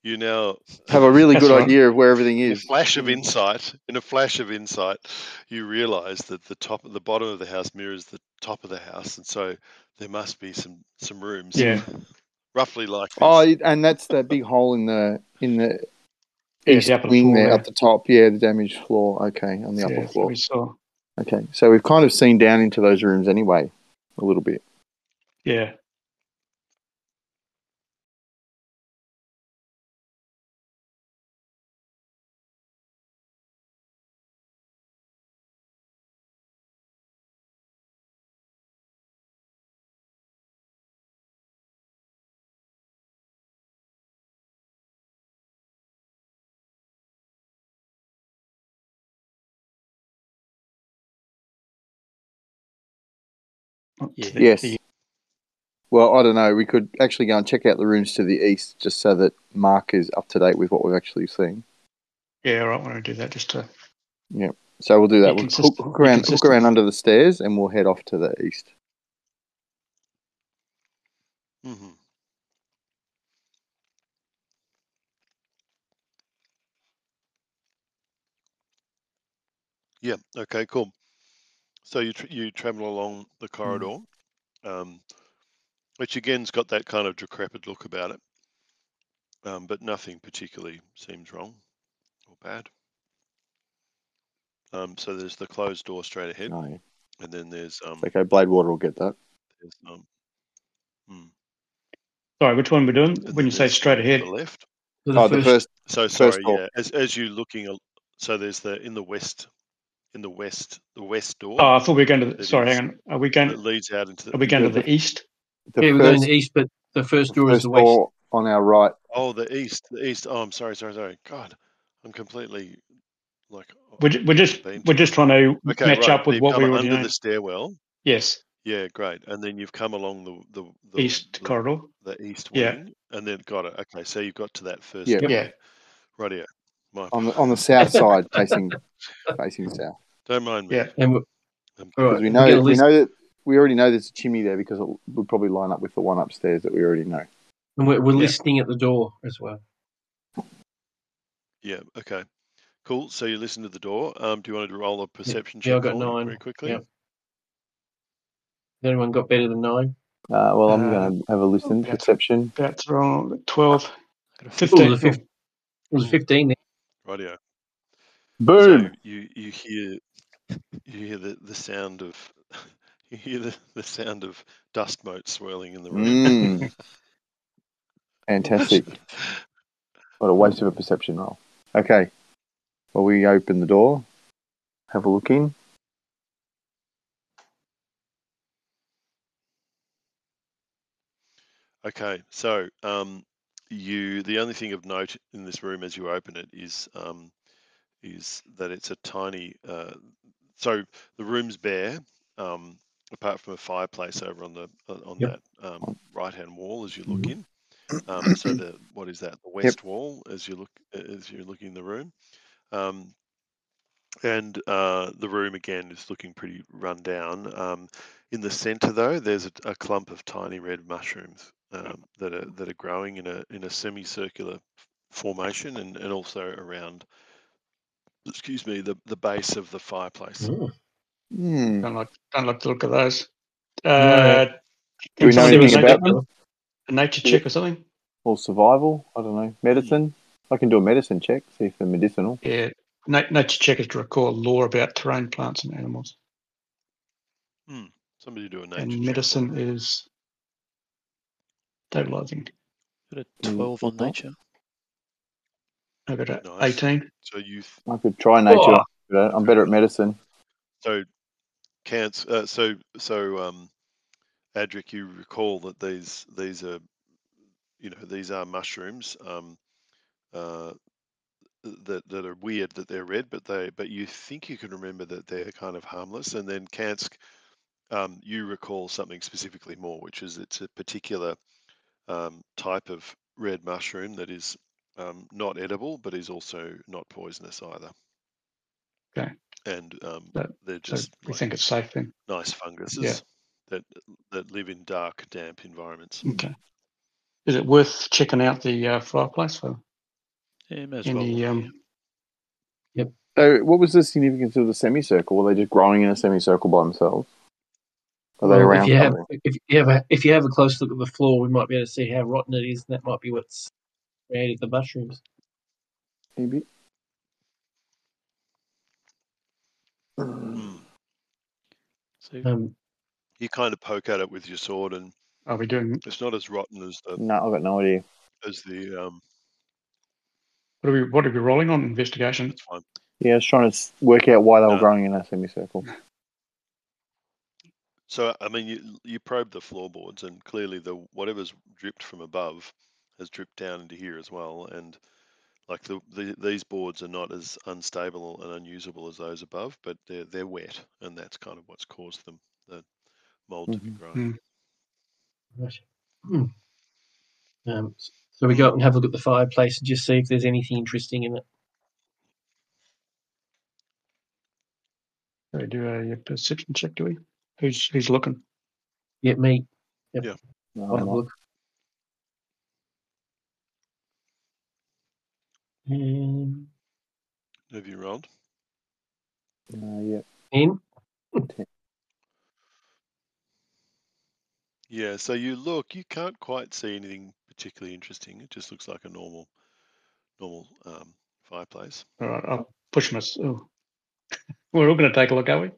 Speaker 1: You now
Speaker 5: Have a really
Speaker 2: That's
Speaker 5: good
Speaker 2: right.
Speaker 5: idea of where everything
Speaker 1: in a
Speaker 5: is.
Speaker 1: flash of
Speaker 5: Mm.
Speaker 1: insight, in a flash of insight, you realise that the top, the bottom of the house mirrors the top of the house, and so there must be some some rooms,
Speaker 2: Yeah.
Speaker 1: roughly like this.
Speaker 5: Oh, it- and that's the big hole in the in the
Speaker 2: Yeah,
Speaker 5: east
Speaker 2: the upper
Speaker 5: wing
Speaker 2: floor
Speaker 5: there,
Speaker 2: there.
Speaker 5: up the top. Yeah, the damaged floor. Okay, on the
Speaker 2: yeah,
Speaker 5: upper
Speaker 2: that's what
Speaker 5: floor.
Speaker 2: we saw.
Speaker 5: Okay, so we've kind of seen down into those rooms anyway, a little bit.
Speaker 2: Yeah. Up to
Speaker 4: Yeah.
Speaker 2: the-
Speaker 5: Yes.
Speaker 4: the-
Speaker 5: Well, I don't know. We could actually go and check out the rooms to the east, just so that Mark is up to date with what we've actually seen.
Speaker 2: Yeah, all right, I want to do that just to
Speaker 5: So we'll do that.
Speaker 2: Be
Speaker 5: We'll
Speaker 2: consist-
Speaker 5: hook, hook
Speaker 2: be
Speaker 5: around, hook
Speaker 2: consistent.
Speaker 5: around under the stairs, and we'll head off to the east.
Speaker 1: hmm Yeah. Okay. Cool. So you tr you travel along the corridor, um, which again's got that kind of decrepit look about it, um, but nothing particularly seems wrong or bad. Um, so there's the closed door straight ahead,
Speaker 5: No,
Speaker 1: and then there's um,
Speaker 5: okay. Bladewater will get that.
Speaker 1: there's um, mm,
Speaker 2: Sorry, which one we're doing?
Speaker 1: and
Speaker 2: When
Speaker 1: then
Speaker 2: you say
Speaker 1: there's
Speaker 2: straight
Speaker 1: the
Speaker 2: ahead,
Speaker 1: left.
Speaker 3: For the
Speaker 5: Oh, the
Speaker 3: first,
Speaker 5: first,
Speaker 1: So
Speaker 5: first
Speaker 1: sorry,
Speaker 5: door.
Speaker 1: yeah. As as you looking, al- so there's the in the west, in the west, the west door
Speaker 2: Oh, I thought we were going to. The,
Speaker 1: that
Speaker 2: sorry,
Speaker 1: is
Speaker 2: hang on. Are we
Speaker 1: that
Speaker 2: going?
Speaker 1: leads out into the,
Speaker 2: Are we going
Speaker 5: The,
Speaker 2: to the east?
Speaker 5: the
Speaker 3: yeah, we're going
Speaker 5: first,
Speaker 3: to the east, but the first
Speaker 5: the
Speaker 3: door is
Speaker 5: first
Speaker 3: the west.
Speaker 5: door on our right.
Speaker 1: oh the east, the east. Oh, I'm sorry, sorry, sorry. God, I'm completely like oh,
Speaker 2: We're, ju- we're
Speaker 1: I haven't
Speaker 2: just
Speaker 1: been to
Speaker 2: we're just
Speaker 1: it.
Speaker 2: trying to
Speaker 1: Okay,
Speaker 2: match
Speaker 1: right.
Speaker 2: up
Speaker 1: So
Speaker 2: with
Speaker 1: you've
Speaker 2: what
Speaker 1: come
Speaker 2: we already
Speaker 1: under
Speaker 2: know.
Speaker 1: the stairwell.
Speaker 2: Yes,
Speaker 1: Yeah, great. And then you've come along the the the
Speaker 2: east
Speaker 1: the,
Speaker 2: corridor.
Speaker 1: the east
Speaker 2: Yeah,
Speaker 1: wing, and then got it. Okay, so you've got to that first
Speaker 5: Yep.
Speaker 1: door
Speaker 3: Yep.
Speaker 2: yeah.
Speaker 1: there. Right here. My
Speaker 2: Um,
Speaker 5: On the on the
Speaker 1: apologies.
Speaker 5: south side, facing facing south,
Speaker 1: Don't mind me.
Speaker 2: Yeah.
Speaker 3: And we're,
Speaker 1: I'm
Speaker 3: all
Speaker 1: kind of
Speaker 3: right,
Speaker 5: because we
Speaker 3: we're
Speaker 5: know
Speaker 3: going to
Speaker 5: we
Speaker 3: list,
Speaker 5: know that we already know there's a chimney there because it would probably line up with the one upstairs that we already know.
Speaker 3: and we're, we're
Speaker 2: Yeah.
Speaker 3: listening at the door as well.
Speaker 1: yeah. Okay, cool. So you listen to the door. Um, do you want to roll a
Speaker 3: Yep.
Speaker 1: perception
Speaker 3: Yeah, I
Speaker 1: check
Speaker 3: got
Speaker 1: for me very
Speaker 3: nine.
Speaker 1: quickly?
Speaker 3: Yep. Has anyone got better than nine?
Speaker 5: Uh, well, I'm
Speaker 2: Uh,
Speaker 5: going
Speaker 3: Ah.
Speaker 5: to have a listen.
Speaker 2: that's
Speaker 5: Perception.
Speaker 2: that's wrong. Twelve.
Speaker 4: I got a
Speaker 3: Oh,
Speaker 2: 15.
Speaker 3: the
Speaker 4: fifteen.
Speaker 3: fif-
Speaker 2: Oh,
Speaker 3: it was
Speaker 1: Mm.
Speaker 3: fifteen. Then.
Speaker 1: Rightio. So
Speaker 5: Boom.
Speaker 1: you you hear you hear the, the sound of you hear the, the sound of dust motes swirling in the room.
Speaker 5: Mm, fantastic. What a waste of a perception roll. Okay. Well, we open the door, have a look in.
Speaker 1: Okay, so um, you the only thing of note in this room as you open it is um, is that it's a tiny. Uh, so the room's bare, um, apart from a fireplace over on the on
Speaker 3: Yep.
Speaker 1: that um, right hand wall as you look
Speaker 3: Mhm.
Speaker 1: in. Um, so the what is that? The west wall as you look as you're looking in the room, um, and uh, the room again is looking pretty run down. Um, in the centre though, there's a, a clump of tiny red mushrooms um, that are that are growing in a in a semicircular formation and, and also around excuse me the, the base of the fireplace.
Speaker 3: Mm.
Speaker 5: Hmm.
Speaker 2: Don't like, don't like the look of those. Uh,
Speaker 3: No.
Speaker 5: Do we know
Speaker 2: someone do a
Speaker 5: anything
Speaker 2: nature-
Speaker 5: about them?
Speaker 2: A nature check or something?
Speaker 5: Or survival? I don't know. Medicine? I can do a medicine check, see if they're medicinal.
Speaker 2: Yeah. Na- nature check is to recall law about terrain plants and animals.
Speaker 1: Somebody do a nature
Speaker 2: and
Speaker 1: check.
Speaker 2: medicine is stabilizing.
Speaker 4: Got a
Speaker 5: Mm,
Speaker 4: 12 on
Speaker 5: okay.
Speaker 4: nature.
Speaker 2: I got a
Speaker 1: Nice.
Speaker 2: 18.
Speaker 1: So you th-
Speaker 5: I could try nature.
Speaker 3: Oh.
Speaker 5: I'm better at medicine.
Speaker 1: so cancer. Uh, so so um, Adric, you recall that these these are you know these are mushrooms um, uh, that that are weird that they're red, but they but you think you can remember that they're kind of harmless. And then Kansk, um, you recall something specifically more, which is it's a particular um, type of red mushroom that is um, not edible, but is also not poisonous either.
Speaker 2: Okay.
Speaker 1: And um,
Speaker 2: That-
Speaker 1: they're
Speaker 2: So
Speaker 1: just
Speaker 2: we
Speaker 1: like
Speaker 2: think it's safe then.
Speaker 1: nice funguses that that live in dark, damp environments.
Speaker 2: Okay. Mm. Is it worth checking out the uh, fireplace for
Speaker 4: Yeah, may as well.
Speaker 2: any?
Speaker 4: yeah.
Speaker 2: Um,
Speaker 5: So, what was the significance of the semicircle? Were they just growing in a semicircle by themselves? Are they
Speaker 2: Mm,
Speaker 3: Well,
Speaker 5: around
Speaker 3: if you have
Speaker 5: something?
Speaker 3: if you have a, if you have a close look at the floor, we might be able to see how rotten it is, and that might be what's created the mushrooms.
Speaker 5: Maybe.
Speaker 1: Mm.
Speaker 4: So
Speaker 3: Um,
Speaker 1: You kind of poke at it with your sword, and
Speaker 2: are we doing?
Speaker 1: it's not as rotten as the
Speaker 5: No, I've got no idea.
Speaker 1: as the. Um,
Speaker 2: What are we? What are we rolling on? Investigation.
Speaker 1: that's fine.
Speaker 5: Yeah, I was trying to s- work out why they were
Speaker 1: No.
Speaker 5: growing in a semicircle.
Speaker 1: So I mean, you you probe the floorboards, and clearly the whatever's dripped from above has dripped down into here as well. And like the, the these boards are not as unstable and unusable as those above, but they're they're wet, and that's kind of what's caused them the mold to be
Speaker 5: Mhm.
Speaker 1: growing.
Speaker 3: right. Hmm. Um, so we go up and have a look at the fireplace and just see if there's anything interesting in it.
Speaker 2: Do we do a perception check? Do we? Who's who's looking?
Speaker 3: Yeah, me.
Speaker 5: No,
Speaker 3: I'll
Speaker 5: I'm
Speaker 3: have a
Speaker 5: not.
Speaker 3: look. Um,
Speaker 1: Have you rolled?
Speaker 5: No, yeah.
Speaker 3: in.
Speaker 1: Yeah. So you look, you can't quite see anything particularly interesting. It just looks like a normal normal um, fireplace.
Speaker 2: All right. I'll push my. s- Oh. We're all going to take a look, are we?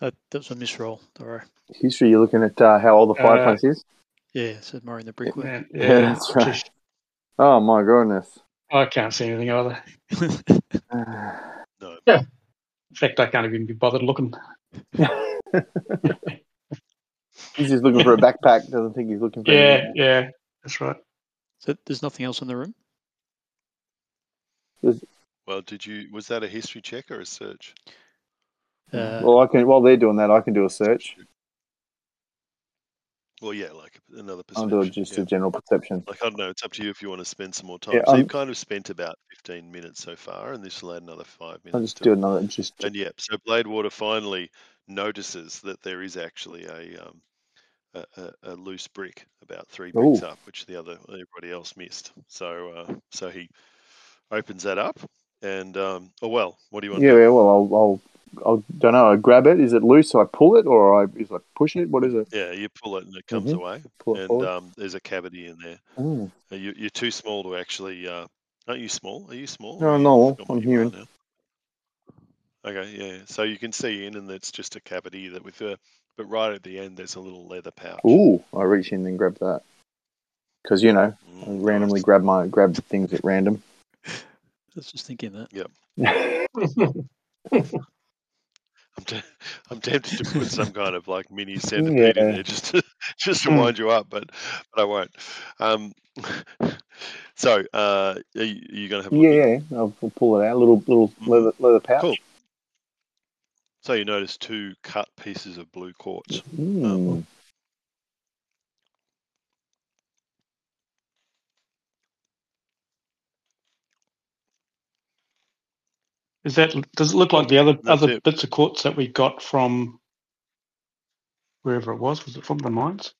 Speaker 4: uh, that was a misroll. All right.
Speaker 5: History, you're looking at uh, how old the
Speaker 2: Uh,
Speaker 5: fireplace is?
Speaker 4: Yeah, so Murray and the Brickwork.
Speaker 2: Man,
Speaker 5: Yeah, that's right.
Speaker 2: geez,
Speaker 5: Oh, my goodness.
Speaker 2: I can't see anything either.
Speaker 1: No.
Speaker 2: In fact, I can't even be bothered looking.
Speaker 5: he's just looking for a backpack, doesn't think he's looking for
Speaker 2: Yeah,
Speaker 5: anything.
Speaker 2: yeah, that's right.
Speaker 4: so there's nothing else in the room?
Speaker 1: Well, did you? Was that a history check or a search?
Speaker 4: Uh,
Speaker 5: Well, I can. While they're doing that, I can do a search.
Speaker 1: Well, yeah, like another
Speaker 5: I'll
Speaker 1: perception.
Speaker 5: do just
Speaker 1: yeah.
Speaker 5: a general perception.
Speaker 1: Like I don't know. It's up to you if you want to spend some more time.
Speaker 5: Yeah,
Speaker 1: so
Speaker 5: I'm-
Speaker 1: you've kind of spent about fifteen minutes so far, and this will add another five minutes.
Speaker 5: I'll just
Speaker 1: to
Speaker 5: do
Speaker 1: it.
Speaker 5: another. Just
Speaker 1: And yeah, so Bladewater finally notices that there is actually a um, a, a, a loose brick about three bricks
Speaker 5: Ooh.
Speaker 1: up, which the other everybody else missed. So uh, so he opens that up, and um, oh well, what do you want?
Speaker 5: yeah,
Speaker 1: to do?
Speaker 5: yeah. Well, I'll, I'll. I'll. Don't know. I grab it. Is it loose? So I pull it, or I is I push it? What is it?
Speaker 1: Yeah, you pull it and it comes
Speaker 5: Mhm.
Speaker 1: away,
Speaker 5: Pull it
Speaker 1: and
Speaker 5: forward.
Speaker 1: um, there's a cavity in there.
Speaker 5: Mm.
Speaker 1: Uh, You, you're too small to actually. Uh, aren't you small? Are you small?
Speaker 5: No,
Speaker 1: I've
Speaker 5: no.
Speaker 1: forgotten what
Speaker 5: I'm
Speaker 1: you are
Speaker 5: human.
Speaker 1: now. Okay, yeah. So you can see in, and it's just a cavity that with a. But right at the end, there's a little leather pouch.
Speaker 5: Ooh! I reach in and grab that because you know I
Speaker 1: Mm,
Speaker 5: randomly
Speaker 1: nice.
Speaker 5: grab my grab things at random.
Speaker 4: I was just thinking that.
Speaker 1: I'm, t- I'm tempted to put some kind of like mini centipede in
Speaker 5: Yeah.
Speaker 1: there just to, just
Speaker 2: Hmm.
Speaker 1: to wind you up, but but I won't. Um, so uh, are you, are you going to have? a look
Speaker 5: Yeah,
Speaker 1: at-
Speaker 5: yeah. I'll, I'll pull it out. Little little leather leather pouch.
Speaker 1: Mm. Cool. So you notice two cut pieces of blue quartz.
Speaker 5: Mm.
Speaker 1: Um,
Speaker 2: Is that does it look like the other
Speaker 1: That's
Speaker 2: other
Speaker 1: it.
Speaker 2: bits of quartz that we got from wherever it was? Was it from the mines?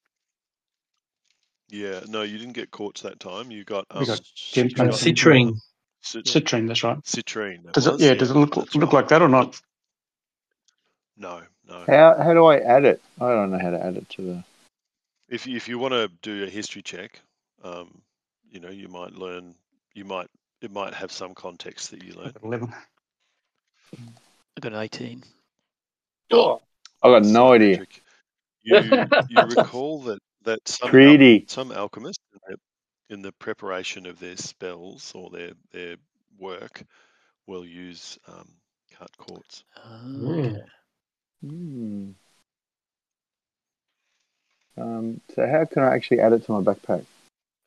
Speaker 1: Yeah, no, you didn't get quartz that time. You got
Speaker 2: We
Speaker 1: um,
Speaker 2: got
Speaker 1: you
Speaker 2: gemstones.
Speaker 3: And
Speaker 1: got
Speaker 3: citrine.
Speaker 1: cit-
Speaker 2: Citrine, that's right.
Speaker 1: citrine. that
Speaker 2: Does it?
Speaker 1: was,
Speaker 2: Yeah, does it look
Speaker 1: that's
Speaker 2: look
Speaker 1: right.
Speaker 2: like that or not?
Speaker 1: No, no.
Speaker 5: How how do I add it? I don't know how to add it to the.
Speaker 1: If you- if you want to do a history check, um, you know, you might learn. You might it might have some context that you learn.
Speaker 2: Eleven.
Speaker 4: I've got an 18.
Speaker 3: Oh,
Speaker 5: I got no
Speaker 1: So,
Speaker 5: idea.
Speaker 1: Patrick, You you recall that that some al-
Speaker 5: Greedy.
Speaker 1: some alchemists in the- in the preparation of their spells or their their work will use um, cut quartz.
Speaker 4: Okay.
Speaker 5: Hmm. Um, so how can I actually add it to my backpack?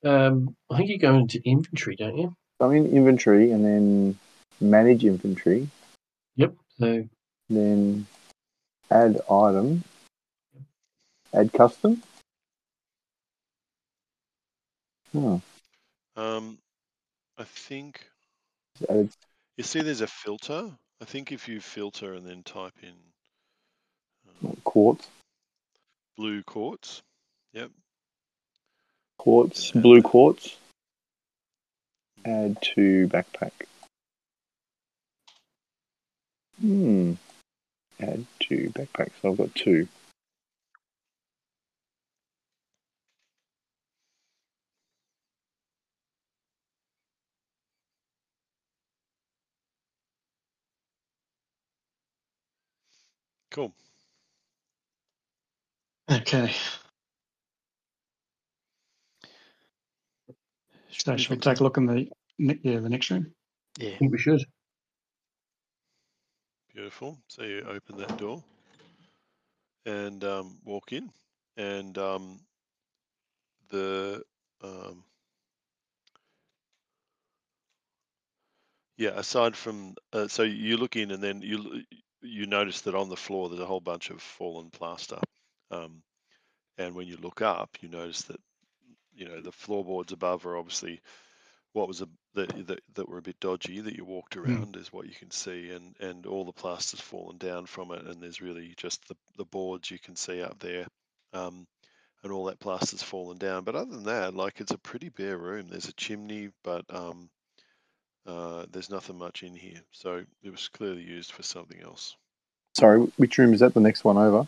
Speaker 3: um, I think you go into inventory, don't you?
Speaker 5: I'm in inventory and then manage inventory,
Speaker 3: Yep. So
Speaker 5: then add item, add custom. Oh,
Speaker 1: Um, I think
Speaker 5: it's added.
Speaker 1: you see there's a filter. I think if you filter and then type in um,
Speaker 5: quartz,
Speaker 1: blue quartz,
Speaker 5: quartz,
Speaker 1: Add
Speaker 5: blue
Speaker 1: that.
Speaker 5: quartz. Add to backpack. Hmm. Add to backpack. So I've got two.
Speaker 1: cool.
Speaker 2: Okay. So
Speaker 4: move
Speaker 2: shall we
Speaker 4: into-
Speaker 2: take a look in the ne- yeah the next room?
Speaker 3: I
Speaker 4: Yeah.
Speaker 3: think we should.
Speaker 1: Beautiful. So you open that door and um, walk in, and um, the um, yeah. Aside from uh, so you look in, and then you l- you notice that on the floor there's a whole bunch of fallen plaster, um, and when you look up, you notice that you know the floorboards above are obviously what was a, that, that that were a bit dodgy that you walked around is what you can see and and all the plaster's fallen down from it and there's really just the, the boards you can see up there um, and all that plaster's fallen down but other than that like it's a pretty bare room there's a chimney but um, uh, there's nothing much in here so it was clearly used for something else
Speaker 5: Sorry, which room is that? The next one over.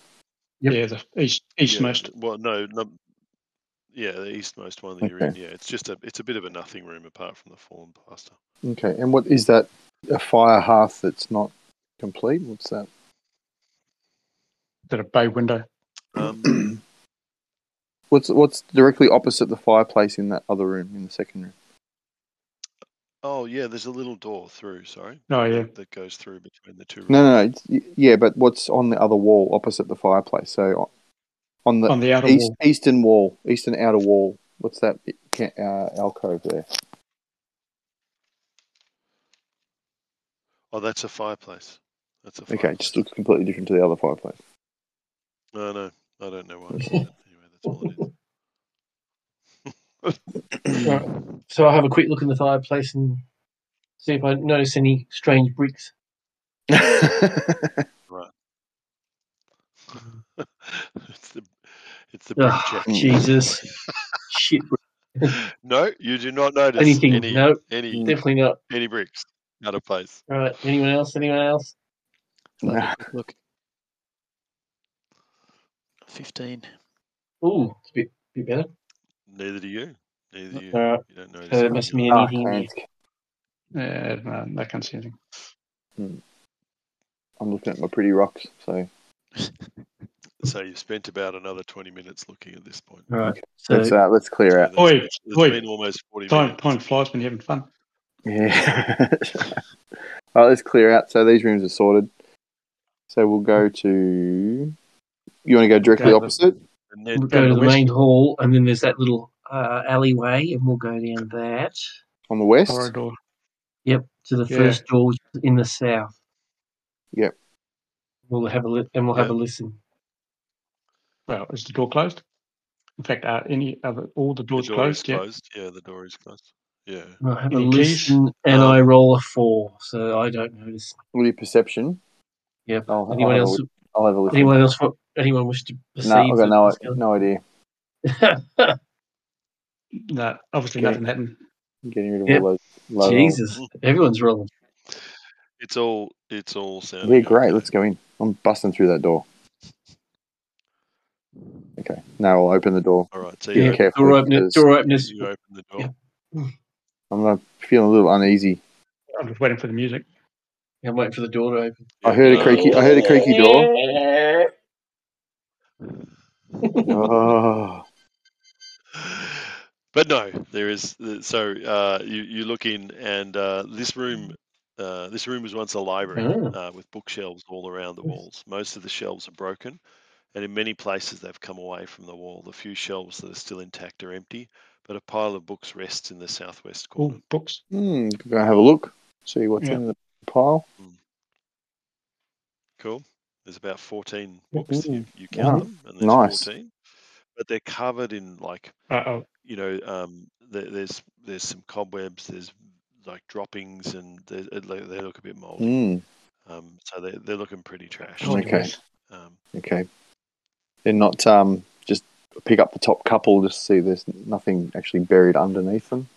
Speaker 3: Yep.
Speaker 2: Yeah, the east
Speaker 1: Yeah,
Speaker 2: eastmost.
Speaker 1: th- well no, no yeah the eastmost one that you're in
Speaker 5: Okay.
Speaker 1: yeah it's just a it's a bit of a nothing room apart from the fallen plaster
Speaker 5: Okay. And what is that? A fire hearth that's not complete. What's that?
Speaker 2: Is that a bay window?
Speaker 1: um,
Speaker 5: What's what's directly opposite the fireplace in that other room in the second room?
Speaker 1: Oh yeah, there's a little door through. Sorry,
Speaker 2: Oh yeah.
Speaker 1: that, that goes through between the two.
Speaker 5: No,
Speaker 1: rooms.
Speaker 5: no, no. it's- y- Yeah, but what's on the other wall opposite the fireplace? So o- on the
Speaker 2: On the outer
Speaker 5: east
Speaker 2: wall.
Speaker 5: eastern wall, eastern outer wall. What's that i- ca- uh, alcove there?
Speaker 1: Oh, that's a fireplace. That's a fireplace.
Speaker 5: Okay, just looks completely different to the other fireplace.
Speaker 1: No, no, I don't know why I did that. Anyway, that's all it is.
Speaker 3: Right. So I'll have a quick look in the fireplace and see if I notice any strange bricks.
Speaker 1: it's the it's the brick
Speaker 3: Ugh,
Speaker 2: Ah,
Speaker 1: check.
Speaker 3: Jesus. Shit.
Speaker 1: no, you do not notice
Speaker 3: Anything.
Speaker 1: any
Speaker 3: No,
Speaker 1: any
Speaker 5: Mm.
Speaker 3: definitely not.
Speaker 1: any bricks out of place.
Speaker 3: All right. Anyone else? Anyone else?
Speaker 4: I'll have
Speaker 5: Nah.
Speaker 4: a quick look. 15.
Speaker 3: Ooh, it's a bit, bit better.
Speaker 1: Neither do you. Neither do you.
Speaker 3: All right.
Speaker 1: You don't notice.
Speaker 3: So there
Speaker 1: anything
Speaker 3: must
Speaker 1: out
Speaker 3: be
Speaker 1: of
Speaker 5: Ah,
Speaker 3: anything in here.
Speaker 5: can't.
Speaker 2: Yeah, no, I can't see anything.
Speaker 5: I'm looking at my pretty rocks. So
Speaker 1: place. So you've spent about another twenty minutes looking at this point.
Speaker 3: All right. So
Speaker 5: let's uh, let's
Speaker 1: So
Speaker 5: clear out.
Speaker 1: that's-
Speaker 2: Oi,
Speaker 1: it's
Speaker 2: oi.
Speaker 1: been almost forty
Speaker 2: Time
Speaker 1: minutes.
Speaker 2: time flies when you're having fun.
Speaker 5: Yeah. All right, let's clear out. So these rooms are sorted. So we'll go to. You want to go directly
Speaker 2: Go to the-
Speaker 5: opposite?
Speaker 1: And then
Speaker 3: We'll go to the
Speaker 1: west-
Speaker 3: main hall, and then there's that little uh, alleyway, and we'll go down that.
Speaker 5: On the west?
Speaker 2: corridor.
Speaker 3: Yep, to the
Speaker 2: Yeah.
Speaker 3: first door which is in the south.
Speaker 5: Yep.
Speaker 3: We'll have a li- and we'll have a listen.
Speaker 2: Well, is the door closed? In fact, are any other all the
Speaker 1: The
Speaker 2: doors
Speaker 1: door
Speaker 2: closed?
Speaker 1: is
Speaker 2: Yeah.
Speaker 1: closed. Yeah. the door is closed. Yeah.
Speaker 3: We'll have a
Speaker 2: Any keys?
Speaker 3: listen, and
Speaker 1: Um,
Speaker 3: I roll a four, so I don't notice.
Speaker 5: Will your perception?
Speaker 3: Yep.
Speaker 5: I'll, I'll
Speaker 3: Anyone
Speaker 5: have
Speaker 3: else?
Speaker 5: A, I'll have a listen.
Speaker 3: Anyone else? wa- Anyone wish to
Speaker 5: No,
Speaker 3: proceed?
Speaker 5: I've got no,
Speaker 3: with
Speaker 5: no idea.
Speaker 3: this?
Speaker 2: No, obviously
Speaker 5: Okay.
Speaker 2: nothing happened.
Speaker 5: I'm getting rid of
Speaker 3: Yep.
Speaker 5: all those low
Speaker 3: Jesus, everyone's rolling.
Speaker 1: It's all. It's all sounding.
Speaker 5: Yeah, great.
Speaker 1: okay.
Speaker 5: Let's go in. I'm busting through that door. Okay. Now I'll open the door.
Speaker 1: All right. So
Speaker 5: Yeah,
Speaker 1: you,
Speaker 5: okay. carefully,
Speaker 3: door opener.
Speaker 5: because-
Speaker 3: Door openers.
Speaker 1: you open the door.
Speaker 3: Yeah.
Speaker 5: I'm uh, feeling a little uneasy.
Speaker 2: I'm just waiting for the music.
Speaker 3: I'm waiting for the door to open.
Speaker 5: I heard a creaky. I heard a creaky door. Oh,
Speaker 1: But no, there is. So uh, you you look in, and uh, this room, uh, this room was once a library
Speaker 3: Oh.
Speaker 1: uh, with bookshelves all around the
Speaker 3: Yes.
Speaker 1: walls. Most of the shelves are broken, and in many places they've come away from the wall. The few shelves that are still intact are empty, but a pile of books rests in the southwest corner.
Speaker 2: All books.
Speaker 5: hmm. Go have a look. See what's
Speaker 2: Yeah.
Speaker 5: in the pile.
Speaker 1: Cool. There's about 14 books. You, you
Speaker 5: wow.
Speaker 1: count them, and there's
Speaker 5: Nice.
Speaker 1: 14, but they're covered in like
Speaker 2: Uh oh.
Speaker 1: you know, um, there, there's there's some cobwebs, there's like droppings, and they, they look they look a bit moldy.
Speaker 5: Hmm.
Speaker 1: Um, so they they're looking pretty trash.
Speaker 5: Oh, Okay.
Speaker 1: Um,
Speaker 5: Okay. They're not. Um. Just pick up the top couple. Just see there's nothing actually buried underneath them.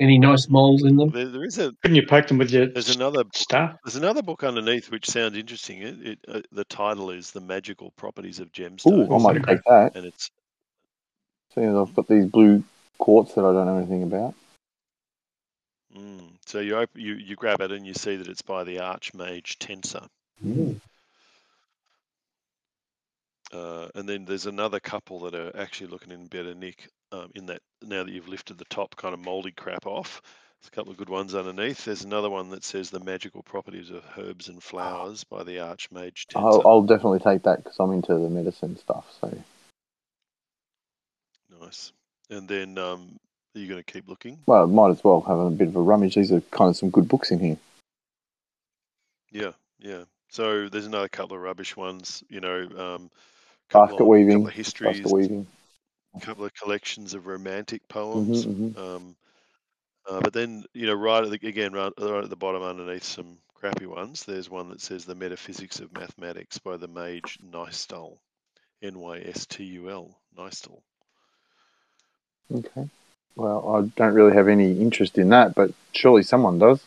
Speaker 3: Any nice mold in them?
Speaker 1: there, there is a
Speaker 2: Couldn't you poke them with your
Speaker 1: there's another book,
Speaker 2: staff?
Speaker 1: there's another book underneath which sounds interesting. It, it uh, the title is the magical properties of
Speaker 5: Ooh, I
Speaker 1: gemstones,
Speaker 5: might
Speaker 2: photograph.
Speaker 5: take that.
Speaker 1: and it's
Speaker 5: Seeing as I've got these blue quartz that I don't know anything about.
Speaker 1: mm, so you open you you grab it and you see that it's by the archmage Tensor.
Speaker 5: Mm.
Speaker 1: Uh, and then there's another couple that are actually looking in better nick um, in that now that you've lifted the top kind of moldy crap off. There's a couple of good ones underneath. There's another one that says the magical properties of herbs
Speaker 5: Ah.
Speaker 1: and flowers by the Archmage Tensor.
Speaker 5: I'll, I'll definitely take that because I'm into the medicine stuff. So oh.
Speaker 1: Nice. And then um, are you going to keep looking?
Speaker 5: Well, might as well have a bit of a rummage. These are kind of some good books in here.
Speaker 1: Yeah, yeah. So there's another couple of rubbish ones, you know, um,
Speaker 5: Basket
Speaker 1: couple, of,
Speaker 5: weaving,
Speaker 1: couple of histories,
Speaker 5: Basket weaving.
Speaker 1: couple of collections of romantic
Speaker 5: hmm
Speaker 1: poems. Um, Uh, but then, you know, right at the, again, right, right at the bottom, underneath some crappy ones, there's one that says "The Metaphysics of Mathematics" by the mage Nystal, N-Y-S-T-U-L, Nystal.
Speaker 5: Okay. Well, I don't really have any interest in that, but surely someone does.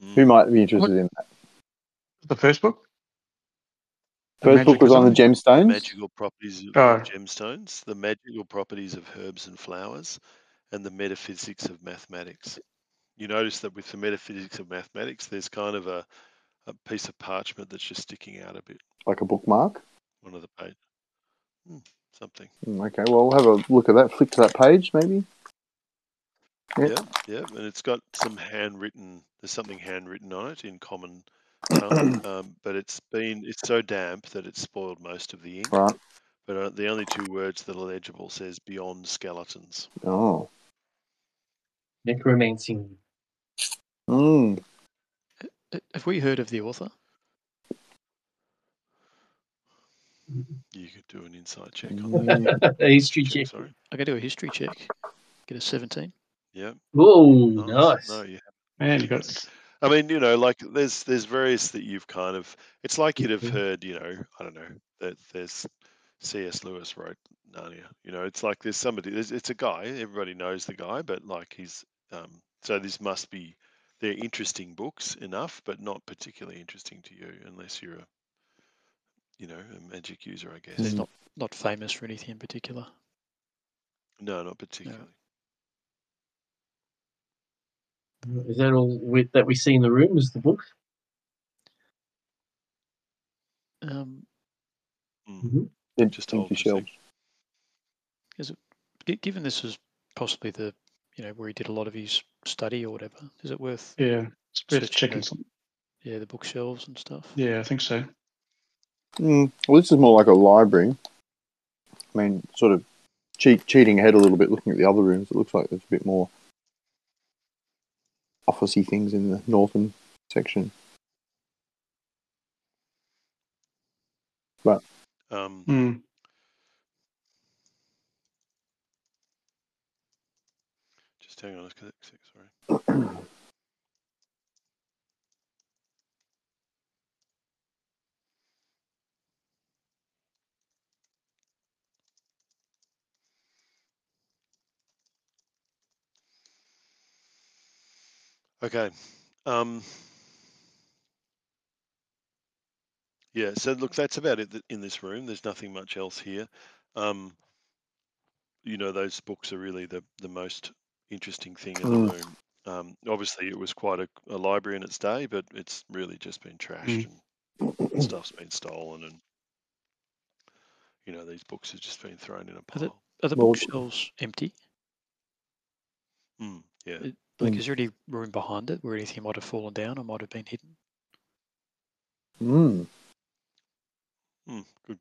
Speaker 5: Who
Speaker 2: Hmm.
Speaker 1: Mm.
Speaker 5: might be interested in that?
Speaker 2: The first book? The
Speaker 5: First book
Speaker 2: magic
Speaker 5: was on the
Speaker 2: design?
Speaker 5: gemstones.
Speaker 1: Magical properties of, of
Speaker 2: Oh.
Speaker 1: gemstones, the magical properties of herbs and flowers, and the metaphysics of mathematics. You notice that with the metaphysics of mathematics, there's kind of a, a piece of parchment that's just sticking out a bit,
Speaker 5: Like a bookmark.
Speaker 1: one of the page, Mm, something.
Speaker 5: Mm, Okay. Well, we'll have a look at that. Flick to that page, maybe. Yeah.
Speaker 1: Yeah, yeah, and it's got some handwritten. There's something handwritten on it in common tongue, um, but it's been it's so damp that it's spoiled most of the ink.
Speaker 5: Right.
Speaker 1: But uh, the only two words that are legible says "beyond skeletons."
Speaker 5: Oh.
Speaker 3: Necromancing.
Speaker 5: Mm.
Speaker 4: Uh, Have we heard of the author?
Speaker 1: You could do an insight check on that.
Speaker 5: Mm.
Speaker 3: A history
Speaker 1: Check,
Speaker 3: check.
Speaker 1: sorry.
Speaker 4: I can do a history check. Get a 17.
Speaker 1: Yeah.
Speaker 3: Whoa,
Speaker 1: Nice.
Speaker 3: nice.
Speaker 1: No, you
Speaker 2: Man, you got
Speaker 1: I mean, you know, like there's there's various that you've kind of. It's like you'd have
Speaker 3: Mhm.
Speaker 1: heard, you know, I don't know that there's C.S. Lewis wrote Narnia. You know, it's like there's somebody. There's, it's a guy. Everybody knows the guy, but like he's. Um, so this must be they're interesting books enough, but not particularly interesting to you unless you're a, you know, a magic user, I
Speaker 4: So
Speaker 1: guess.
Speaker 4: he's
Speaker 5: Mhm.
Speaker 4: not, not famous for anything in particular.
Speaker 1: No, not particularly.
Speaker 3: Is that all we, that we see in the room? Is the book?
Speaker 4: Um,
Speaker 1: Mm,
Speaker 3: Mhm.
Speaker 5: Em-
Speaker 1: just hold
Speaker 5: Empty
Speaker 1: for a sec.
Speaker 5: shelves.
Speaker 4: gi- given this is possibly the, you know, where he did a lot of his study or whatever, is it worth,
Speaker 2: yeah. It's worth
Speaker 4: Searching
Speaker 2: checking
Speaker 4: the-
Speaker 2: something.
Speaker 4: yeah, the bookshelves and stuff?
Speaker 2: Yeah, I think so.
Speaker 5: Hmm. Mm. Well, this is more like a library. I mean, sort of cheat, cheating ahead a little bit, looking at the other rooms, it looks like there's a bit more officey things in the northern section.
Speaker 1: Um,
Speaker 2: Mm.
Speaker 1: Just hang on a sec, sec, sorry. Okay. Um, yeah, so look, that's about it th- in this room. There's nothing much else here. Um, you know, those books are really the, the most interesting thing in
Speaker 5: Mm.
Speaker 1: the room. Um, obviously, it was quite a, a library in its day, but it's really just been trashed and stuff's been stolen, and you know, these books have just been thrown in a
Speaker 4: Are the-
Speaker 1: pile.
Speaker 4: Are the
Speaker 5: Well-
Speaker 4: bookshelves empty?
Speaker 1: Mm, yeah.
Speaker 4: Like,
Speaker 5: Mm.
Speaker 4: is there any room behind it where anything might have fallen down or might have been hidden?
Speaker 5: Mm.
Speaker 1: Mm, good.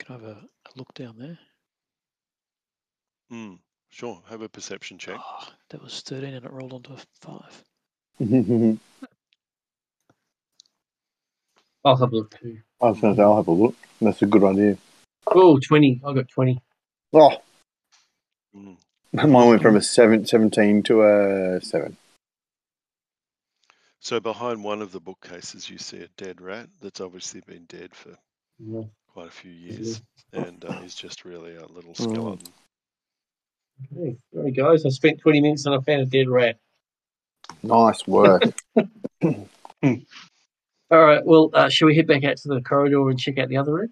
Speaker 4: Can I have a, a look down there?
Speaker 1: Mm, sure. Have a perception check.
Speaker 4: Ah, that was 13 and it rolled onto a 5.
Speaker 5: I
Speaker 3: I'll have a look too.
Speaker 5: was going to say, I'll have a look. That's a good idea.
Speaker 3: Oh, 20. I got 20.
Speaker 5: Oh,
Speaker 1: Mm.
Speaker 5: mine went from a seven, 17 to a 7.
Speaker 1: So behind one of the bookcases, you see a dead rat that's obviously been dead for
Speaker 3: Yeah.
Speaker 1: quite a few years, and uh, is just really a little skeleton.
Speaker 3: Okay. There we go. I spent 20 minutes and I found a dead rat.
Speaker 5: Nice work.
Speaker 3: All right. Well, uh, shall we head back out to the corridor and check out the other room?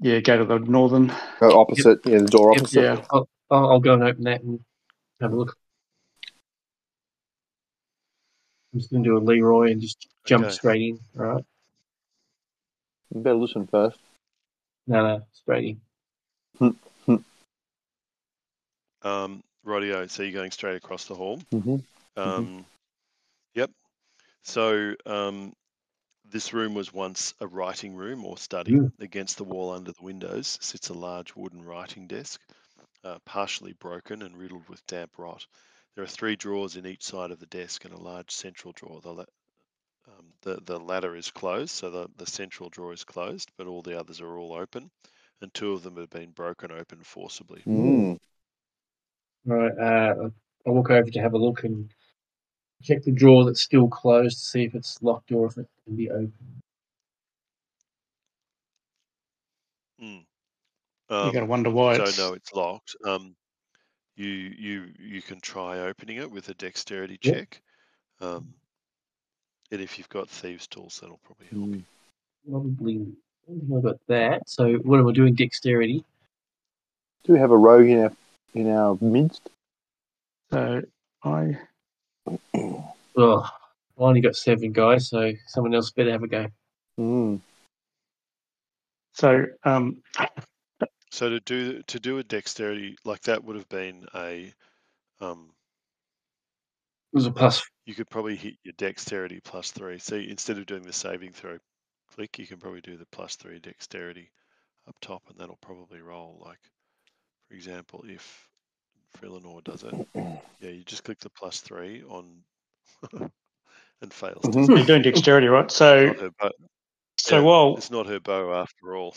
Speaker 2: Yeah, go to the northern.
Speaker 5: Go opposite, yeah, the door
Speaker 3: Yep,
Speaker 5: opposite.
Speaker 2: Yeah.
Speaker 3: I'll, I'll I'll go and open that and have a look. I'm just going to do a Leroy and just jump
Speaker 1: Okay.
Speaker 3: straight in. All right.
Speaker 5: You better listen first.
Speaker 3: No, no, straight in.
Speaker 1: Um, rightio. So you're going straight across the hall.
Speaker 5: Mm-hmm.
Speaker 1: Um, Yep. So um, this room was once a writing room or study.
Speaker 3: Mm.
Speaker 1: Against the wall under the windows sits a large wooden writing desk, uh, partially broken and riddled with damp rot. There are three drawers in each side of the desk and a large central drawer. The, la- um, the, the latter is closed, so the, the central drawer is closed, but all the others are all open, and two of them have been broken open forcibly.
Speaker 5: Mm.
Speaker 3: All right. Uh, I walk over to have a look and check the drawer that's still closed to see if it's locked or if it can be opened.
Speaker 1: Mm.
Speaker 2: you
Speaker 1: Um,
Speaker 2: got to wonder why
Speaker 1: so
Speaker 2: it's.
Speaker 1: no, it's locked. Um, you you you can try opening it with a dexterity
Speaker 3: Yep.
Speaker 1: check. Um, and if you've got thieves' tools, that'll probably help.
Speaker 5: Mm.
Speaker 3: Probably. I don't think I've got that. So what am I doing? Dexterity.
Speaker 5: Do we have a rogue in our, in our midst?
Speaker 2: So I.
Speaker 3: Oh, I only got seven guys, so someone else better have a go.
Speaker 1: Hmm.
Speaker 5: Mm.
Speaker 2: So um,
Speaker 1: So to do to do a dexterity like that would have been a um,
Speaker 3: It was a plus.
Speaker 1: you could probably hit your dexterity plus three. So instead of doing the saving throw click, you can probably do the plus three dexterity up top, and that'll probably roll. Like for example, if Freelanor does it, yeah, you just click the plus three on and fails.
Speaker 5: Mhm.
Speaker 1: Dex-
Speaker 2: you're doing dexterity, right?
Speaker 1: It's
Speaker 2: So
Speaker 1: not her bow.
Speaker 2: so
Speaker 1: Oh, yeah,
Speaker 2: while
Speaker 1: It's not her bow after all.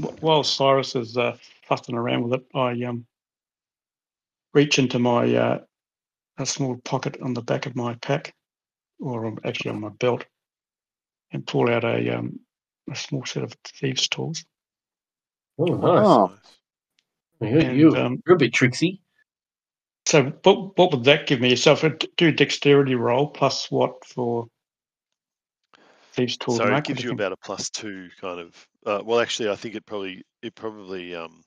Speaker 2: Wh- While Cyrus is uh, fussing around with it, I um, reach into my uh, a small pocket on the back of my pack, or on- actually on my belt, and pull out a um, a small set of thieves' tools.
Speaker 3: Oh, nice.
Speaker 5: Oh.
Speaker 3: You-
Speaker 2: And,
Speaker 3: you,
Speaker 2: um,
Speaker 3: you're a bit tricksy.
Speaker 2: So, what what would that give me? So, if I d- do dexterity roll plus what for thieves' tools?
Speaker 1: So it
Speaker 2: Mark,
Speaker 1: gives
Speaker 2: what
Speaker 1: you
Speaker 2: do you think?
Speaker 1: about a plus two kind of. Uh, well, actually, I think it probably it probably um,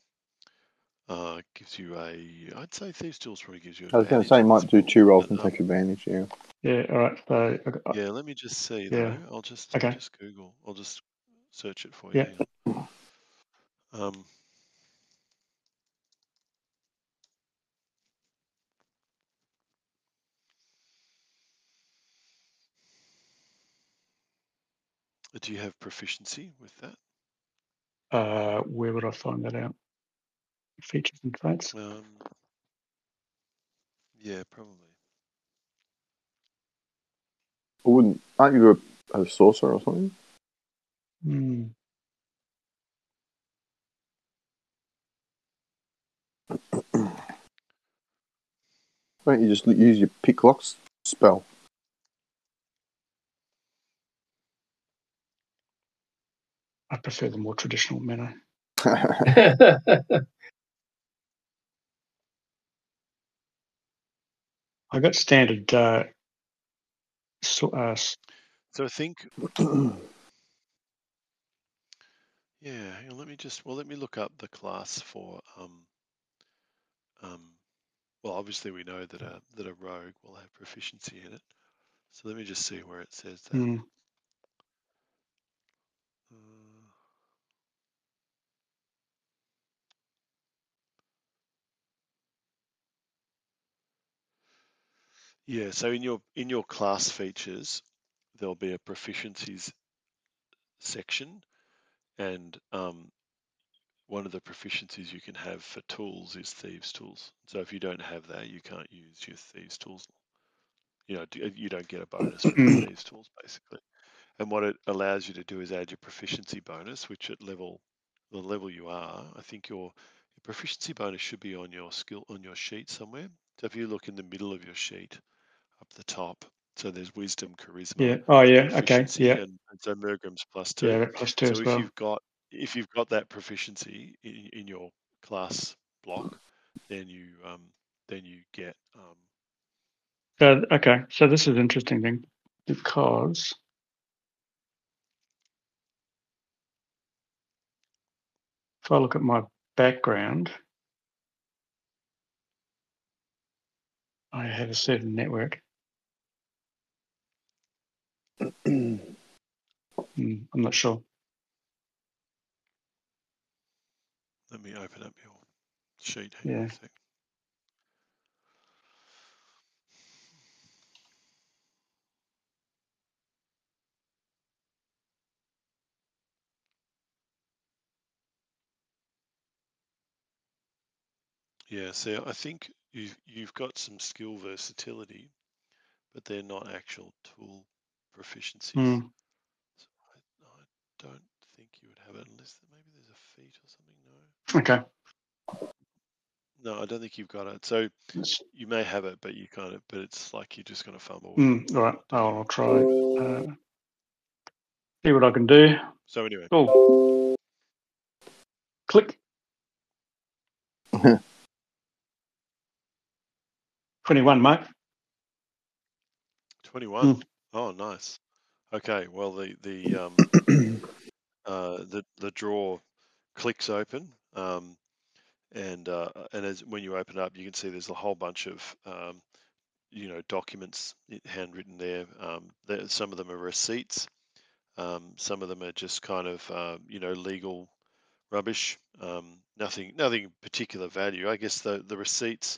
Speaker 1: uh, gives you a. I'd say thieves' tools probably gives you.
Speaker 5: I was going to
Speaker 1: advantage
Speaker 5: say,
Speaker 1: on
Speaker 5: might
Speaker 1: this
Speaker 5: do
Speaker 1: roll,
Speaker 5: two rolls
Speaker 1: but,
Speaker 5: and
Speaker 1: um,
Speaker 5: take advantage, yeah.
Speaker 2: Yeah, all right. So, I got-
Speaker 1: yeah, let me just see though.
Speaker 2: Uh, yeah,
Speaker 1: I'll just I'll
Speaker 2: okay,
Speaker 1: just Google. I'll just search it for you.
Speaker 2: yeah.
Speaker 1: Hang on. Um, do you have proficiency with that?
Speaker 2: Uh, where would I find that out? features and traits.
Speaker 1: Um, yeah, probably.
Speaker 5: I wouldn't. Aren't you a, a sorcerer or something?
Speaker 2: Hmm.
Speaker 5: Why don't you just l- use your pick locks spell?
Speaker 2: I prefer the more traditional manner. I got standard uh, so, uh, s-
Speaker 1: So I think, yeah, hang on, let me just, well, let me look up the class for, um, um, well, obviously we know that a, that a rogue will have proficiency in it. So let me just see where it says that.
Speaker 2: hmm,
Speaker 1: Uh, Yeah, so in your in your class features, there'll be a proficiencies section, and um, one of the proficiencies you can have for tools is thieves' tools. So if you don't have that, you can't use your thieves' tools. You know, d- uh, you don't get a bonus for your thieves' tools basically. And what it allows you to do is add your proficiency bonus, which at level the level you are, I think your, your proficiency bonus should be on your skill on your sheet somewhere. So if you look in the middle of your sheet, up the top. So there's wisdom, charisma,
Speaker 2: yeah. Oh, yeah. Okay.
Speaker 1: proficiency,
Speaker 2: Yeah.
Speaker 1: and, and so Mergrim's plus two.
Speaker 2: Yeah. That plus two
Speaker 1: So
Speaker 2: as
Speaker 1: if
Speaker 2: well.
Speaker 1: you've got if you've got that proficiency in, in your class block, then you um, then you get um,
Speaker 2: So, Uh, okay. So this is interesting thing because if I look at my background, I have a certain network. Hmm, I'm not sure.
Speaker 1: let me open up your sheet. Hang on
Speaker 2: Yeah.
Speaker 1: a sec. Yeah, so I think you've you've got some skill versatility, but they're not actual tool proficiencies.
Speaker 2: Hmm.
Speaker 1: So I, I don't think you would have it unless maybe there's a feat or something. No.
Speaker 2: Okay.
Speaker 1: No, I don't think you've got it. So
Speaker 2: That's,
Speaker 1: you may have it, but you kind of, but it's like you're just going to fumble with it
Speaker 2: mm, all
Speaker 1: and not
Speaker 2: right.
Speaker 1: do
Speaker 2: I'll, I'll
Speaker 1: anything.
Speaker 2: try. Uh, see what I can do.
Speaker 1: So anyway,
Speaker 2: Oh, click. 21, Mark.
Speaker 1: 21. Oh, nice. Okay. Well, the the um uh the the drawer clicks open. Um and uh and as when you open up, you can see there's a whole bunch of um you know documents i- handwritten there. Um, there some of them are receipts. Um, some of them are just kind of uh, you know legal rubbish. Um, nothing, nothing particular value. I guess the the receipts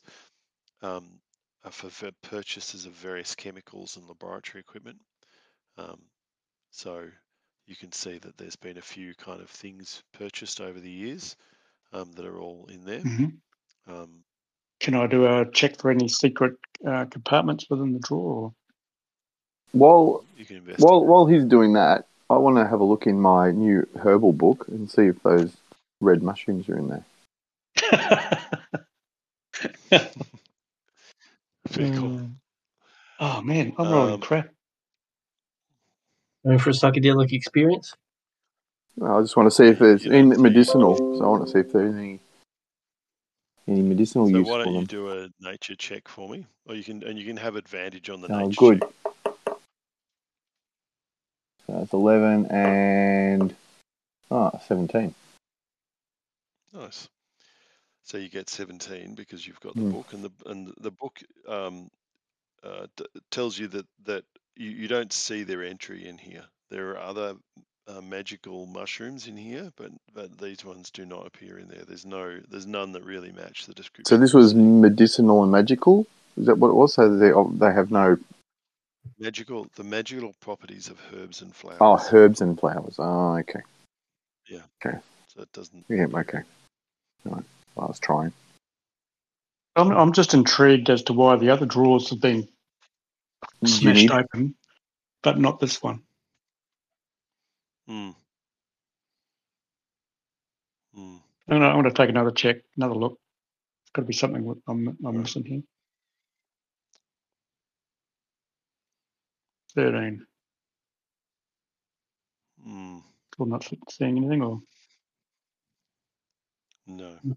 Speaker 1: um, are for, for purchases of various chemicals and laboratory equipment. Um, so you can see that there's been a few kind of things purchased over the years um, that are all in there.
Speaker 2: hmm
Speaker 1: Um,
Speaker 2: Can I do a check for any secret uh, compartments within the drawer?
Speaker 5: while
Speaker 1: you can investigate.
Speaker 5: While while he's doing that, I want to have a look in my new herbal book and see if those red mushrooms are in there.
Speaker 1: Very cool.
Speaker 2: Mm. Oh, man. I'm rolling
Speaker 1: Um,
Speaker 2: crap.
Speaker 3: Going for a psychedelic experience?
Speaker 5: No, I just want to see if there's
Speaker 1: you don't
Speaker 5: in
Speaker 1: see.
Speaker 5: medicinal. So I want to see if there's any any medicinal
Speaker 1: So
Speaker 5: use
Speaker 1: why don't
Speaker 5: for
Speaker 1: you
Speaker 5: them.
Speaker 1: do a nature check for me, or you can and you can have advantage on the
Speaker 5: Oh,
Speaker 1: nature
Speaker 5: good.
Speaker 1: check.
Speaker 5: So it's eleven and ah seventeen.
Speaker 1: Nice. So you get 17 because you've got the
Speaker 5: Hmm.
Speaker 1: book, and the and the book um, uh, t- tells you that that you, you don't see their entry in here. There are other uh, magical mushrooms in here, but but these ones do not appear in there. There's no there's none that really match the
Speaker 5: So
Speaker 1: description
Speaker 5: this
Speaker 1: that you
Speaker 5: was
Speaker 1: see.
Speaker 5: medicinal and magical. Is that what it was? So they oh, they have no
Speaker 1: Magical the magical properties of herbs and
Speaker 5: oh
Speaker 1: flowers.
Speaker 5: herbs and flowers. Oh, okay.
Speaker 1: Yeah.
Speaker 5: Okay.
Speaker 1: So it doesn't
Speaker 5: Yeah.
Speaker 1: appear
Speaker 5: Okay.
Speaker 1: in
Speaker 5: I was trying.
Speaker 2: I'm, I'm just intrigued as to why the other drawers have been smashed
Speaker 5: Unique.
Speaker 2: open, but not this one.
Speaker 1: Mm. Mm.
Speaker 2: No, no, I want to take another check, another look. It's got to be something that I'm, I'm missing here. 13.
Speaker 1: Mm.
Speaker 2: Still not seeing anything, or
Speaker 1: No.
Speaker 5: Mm.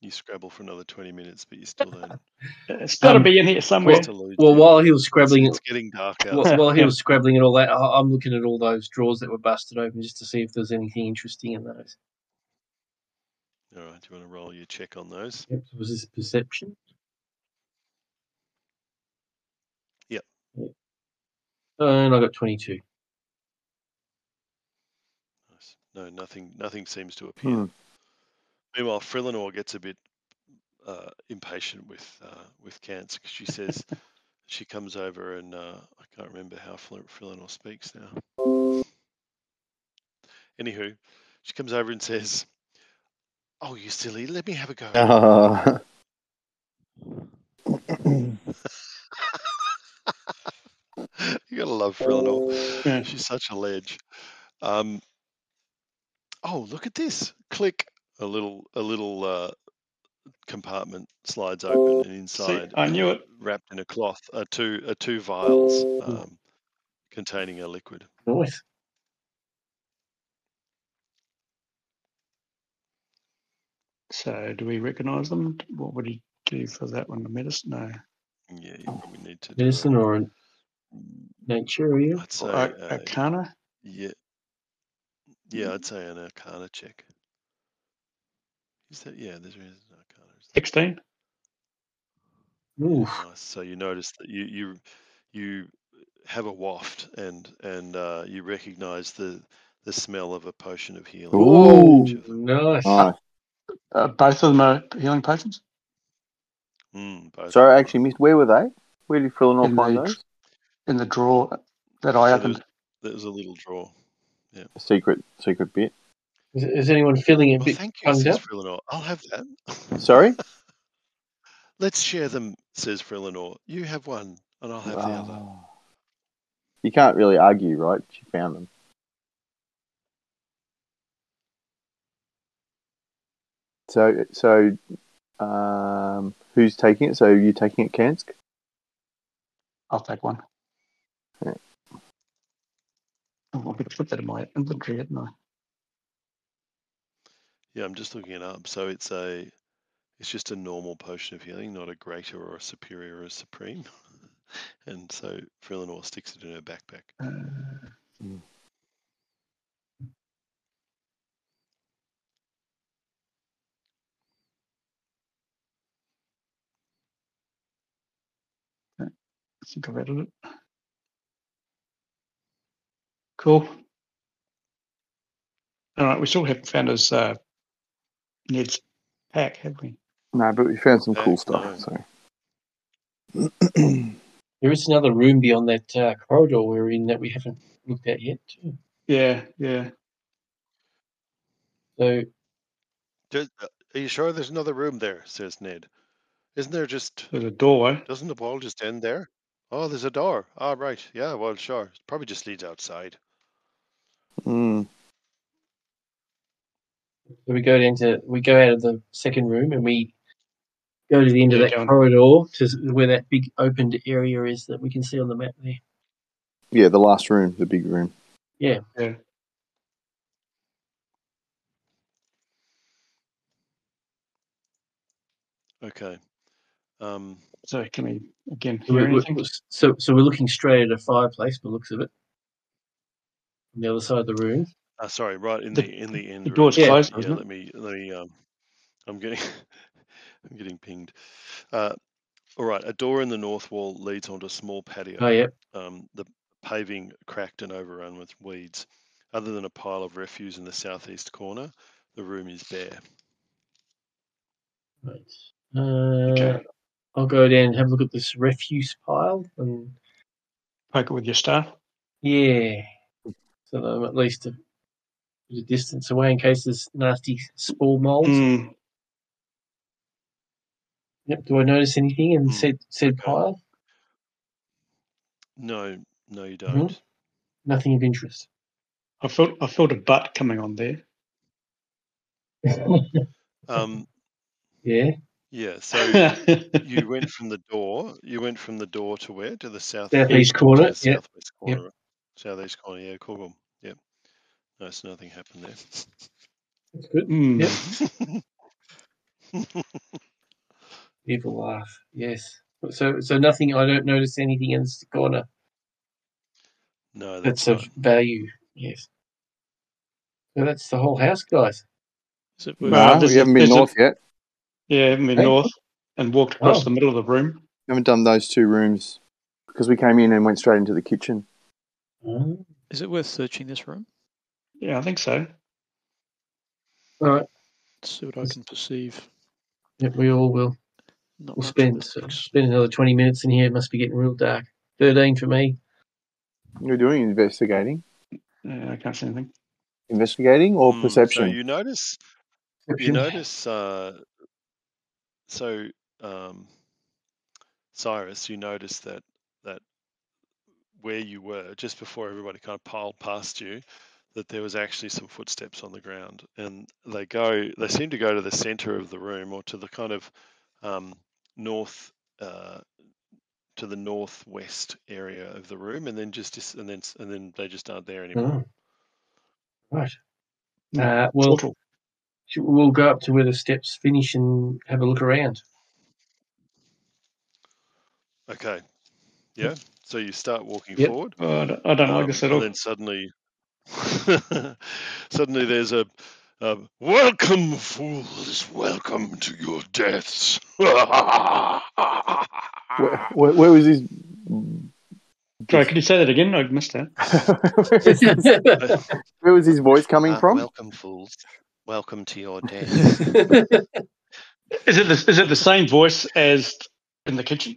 Speaker 1: You scrabble for another 20 minutes, but you still don't.
Speaker 2: it's got to
Speaker 3: Um,
Speaker 2: be in here somewhere.
Speaker 1: still lose
Speaker 3: Well,
Speaker 1: the-
Speaker 3: while he was
Speaker 1: it's,
Speaker 3: scrabbling,
Speaker 1: it's getting dark out.
Speaker 2: Yeah.
Speaker 3: Well, while he
Speaker 2: Yeah.
Speaker 3: was scribbling and all that, I- I'm looking at all those drawers that were busted open just to see if there's anything interesting in those.
Speaker 1: All right, do you want to roll your check on those?
Speaker 3: Yep, was his perception?
Speaker 1: Yep.
Speaker 3: Yep. And I got 22.
Speaker 1: Nice. No, nothing. Nothing seems to appear. Meanwhile, Frillinor gets a bit uh, impatient with uh, with Kant because she says she comes over and uh, I can't remember how Fl- Frillinor speaks now. Anywho, she comes over and says, "Oh, you silly! Let me have a go."
Speaker 5: Uh,
Speaker 1: you gotta love Frillinor.
Speaker 2: Yeah.
Speaker 1: She's such a ledge. Um, oh, look at this! Click a little a little uh, compartment slides open and
Speaker 2: See, uh
Speaker 1: inside,
Speaker 2: I knew it.
Speaker 1: wrapped in a cloth, are two are two vials
Speaker 2: Hmm.
Speaker 3: Mm.
Speaker 1: um, containing a liquid.
Speaker 3: Nice.
Speaker 2: So, do we recognise them? What would he do for that one? The medicine? No.
Speaker 1: Yeah, you probably need to do. a-
Speaker 3: Medicine or a
Speaker 1: Mm,
Speaker 3: nature, are you?
Speaker 1: I'd say,
Speaker 2: Or
Speaker 1: uh,
Speaker 2: Ar- Arcana?
Speaker 1: yeah, yeah, I'd say an Arcana check. Is that yeah? There is an Arcana. Isn't there?
Speaker 2: 16?
Speaker 1: Yeah,
Speaker 3: Oof.
Speaker 1: nice. Uh, So you notice that you you you have a waft and and uh, you recognise the the smell of a potion of healing. in Each
Speaker 5: Ooh.
Speaker 1: of them.
Speaker 3: Nice.
Speaker 5: nice.
Speaker 2: Uh, both of them are healing potions?
Speaker 1: Mm, both
Speaker 5: So
Speaker 1: of
Speaker 5: I
Speaker 1: them
Speaker 5: actually missed. Where were they? Where did Frillinor
Speaker 2: In
Speaker 5: find
Speaker 2: the-
Speaker 5: those?
Speaker 2: In the drawer that
Speaker 1: So
Speaker 2: I
Speaker 1: there was
Speaker 2: opened.
Speaker 1: there was a little drawer.
Speaker 5: A secret, secret bit.
Speaker 3: Is, is anyone feeling a
Speaker 1: Well,
Speaker 3: bit
Speaker 1: thank you,
Speaker 3: bunged
Speaker 1: says
Speaker 3: up?
Speaker 1: Frillinor. I'll have that.
Speaker 5: Sorry.
Speaker 1: Let's share them, says Frillinor. You have one, and I'll have the other.
Speaker 2: Ah.
Speaker 5: Oh. You can't really argue, right? She found them. So, so, um, who's taking it? So you taking it, Kansk?
Speaker 2: I'll take one.
Speaker 5: Yeah.
Speaker 2: Oh, I'm going to put that in my inventory, hadn't I?
Speaker 1: Yeah, I'm just looking it up. So it's a it's just a normal potion of healing, not a greater or a superior or a supreme. and so Frillinor sticks it in her backpack.
Speaker 2: Uh,
Speaker 5: Mm.
Speaker 2: I think I've added it. Cool. All right, we still haven't found his uh, Ned's pack, have we?
Speaker 5: No, but we found some cool
Speaker 1: Heck
Speaker 5: stuff.
Speaker 1: no.
Speaker 5: So.
Speaker 3: There is another room beyond that uh, corridor we're in that we haven't looked at yet. Too.
Speaker 2: Yeah, yeah.
Speaker 3: So,
Speaker 1: Ju- uh, Are you sure there's another room there? says Ned. Isn't there just
Speaker 2: There's a doorway.
Speaker 1: doesn't the wall just end there? Oh, there's a door. Ah, right. Yeah, well, sure. It probably just leads outside.
Speaker 5: Mm.
Speaker 3: so we go down to we go out of the second room and we go to the end of
Speaker 2: Yeah,
Speaker 3: that
Speaker 2: go on.
Speaker 3: corridor to s- where that big opened area is that we can see on the map there.
Speaker 5: Yeah, the last room, the big room.
Speaker 3: Yeah.
Speaker 2: Yeah.
Speaker 1: Okay. Um,
Speaker 2: So can we again
Speaker 3: So,
Speaker 2: hear
Speaker 3: we, we-
Speaker 2: anything?
Speaker 3: we- so, so we're looking straight at a fireplace, by the looks of it, on the other side of the room.
Speaker 1: Uh, sorry, right in
Speaker 2: The-
Speaker 1: the in the end
Speaker 2: The
Speaker 1: room.
Speaker 2: door's
Speaker 3: Yeah.
Speaker 1: Sorry,
Speaker 2: closed,
Speaker 1: yeah.
Speaker 2: isn't it?
Speaker 1: Let me let me. Um, I'm getting I'm getting pinged. Uh, all right, a door in the north wall leads onto a small patio.
Speaker 3: Oh, yeah.
Speaker 1: Um, the paving cracked and overrun with weeds. Other than a pile of refuse in the southeast corner, the room is bare.
Speaker 3: Right. Uh,
Speaker 2: Okay.
Speaker 3: I'll go down and have a look at this refuse pile, and
Speaker 2: Poke it with your staff.
Speaker 3: yeah, so that I'm at least a, a distance away in case there's nasty spore molds.
Speaker 2: Mm.
Speaker 3: Yep. Do I notice anything in
Speaker 1: Hmm.
Speaker 3: said said
Speaker 1: Okay.
Speaker 3: pile?
Speaker 1: No, no, you
Speaker 3: Mm-hmm.
Speaker 1: don't.
Speaker 3: Nothing of interest.
Speaker 2: I felt I felt a butt coming on there.
Speaker 1: Um,
Speaker 3: yeah.
Speaker 1: yeah. So you went from the door. You went from the door to where? To the south
Speaker 3: Southeast corner,
Speaker 1: to the
Speaker 3: yep.
Speaker 1: Southwest corner. Southeast corner. Yeah, cool. cool. Yep. No, so nothing happened
Speaker 3: That's good.
Speaker 2: Hmm.
Speaker 3: Yep.
Speaker 1: there.
Speaker 3: Evil laugh. Yes. So so nothing. I don't notice anything in the corner
Speaker 1: no, that's
Speaker 3: that's
Speaker 1: right.
Speaker 3: of value. Yes. So that's the whole house, guys.
Speaker 4: Is it
Speaker 5: No,
Speaker 4: worth?
Speaker 2: Well, there's
Speaker 5: we
Speaker 2: a-
Speaker 5: haven't been
Speaker 2: there's a-
Speaker 5: north yet.
Speaker 2: Yeah, haven't been
Speaker 3: Hey.
Speaker 2: north and walked across
Speaker 3: Oh.
Speaker 2: the middle of the room.
Speaker 5: We haven't done those two rooms because we came in and went straight into the kitchen.
Speaker 3: All
Speaker 4: Is it worth searching this room?
Speaker 2: Yeah, I think so.
Speaker 3: right.
Speaker 4: Let's see what I
Speaker 3: Is-
Speaker 4: can perceive.
Speaker 3: Yep, we all will.
Speaker 4: Not
Speaker 3: We'll
Speaker 4: much
Speaker 3: spend
Speaker 4: of the six.
Speaker 3: spend another twenty minutes in here. It must be getting real dark. Thirteen for me.
Speaker 5: You're doing investigating,
Speaker 2: Yeah, I can't see anything.
Speaker 5: investigating or
Speaker 1: Mm,
Speaker 5: perception.
Speaker 1: So you notice you
Speaker 3: Perception.
Speaker 1: notice uh, so um, Cyrus, you notice that that where you were just before everybody kind of piled past you, that there was actually some footsteps on the ground, and they go they seem to go to the center of the room or to the kind of um, north uh, to the northwest area of the room, and then just dis- and then s- and then they just aren't there anymore.
Speaker 3: Oh, right.
Speaker 2: Hmm.
Speaker 3: Uh, well,
Speaker 2: Portal.
Speaker 3: sh- we'll go up to where the steps finish and have a look around.
Speaker 1: Okay, yeah. So you start walking
Speaker 3: Yep.
Speaker 1: forward.
Speaker 2: Oh, I don't, I don't like
Speaker 1: Um,
Speaker 2: this at
Speaker 1: and
Speaker 2: all.
Speaker 1: then suddenly, suddenly there's a, a welcome, fools, welcome to your deaths. Uh,
Speaker 5: Where, where, where was this?
Speaker 2: Sorry, could you say that again? I missed that.
Speaker 5: where, was his, where was his voice coming
Speaker 1: Uh,
Speaker 5: from?
Speaker 1: welcome, fools. Welcome to your deaths.
Speaker 4: Is
Speaker 2: Is it the, is it the same voice as in the kitchen?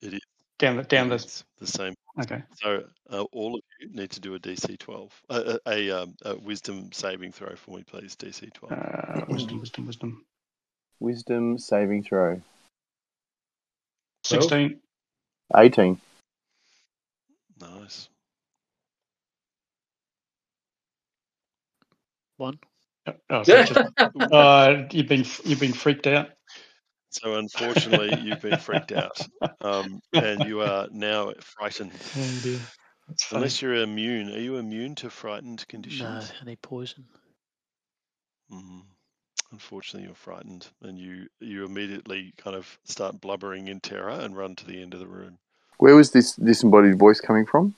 Speaker 1: It is,
Speaker 2: Down the down
Speaker 1: it
Speaker 2: the
Speaker 1: is the same.
Speaker 2: okay.
Speaker 1: So uh, all of you need to do a DC 12, uh, a, a, um, a wisdom saving throw for me, please. DC 12.
Speaker 2: Uh, wisdom, wisdom, wisdom.
Speaker 5: Wisdom saving throw.
Speaker 3: Twelve.
Speaker 2: Sixteen.
Speaker 5: 18.
Speaker 1: Nice.
Speaker 4: One.
Speaker 2: Yep. Oh, so just,
Speaker 1: Ooh.
Speaker 2: uh, you've been you've been freaked out.
Speaker 1: So unfortunately, you've been freaked out, um, and you are now frightened.
Speaker 4: Oh dear.
Speaker 2: That's funny.
Speaker 1: Unless you're immune, are you immune to frightened
Speaker 4: No,
Speaker 1: conditions?
Speaker 4: I need poison.
Speaker 1: Mm. Unfortunately, you're frightened, and you you immediately kind of start blubbering in terror and run to the end of the room.
Speaker 5: Where was this disembodied voice coming from?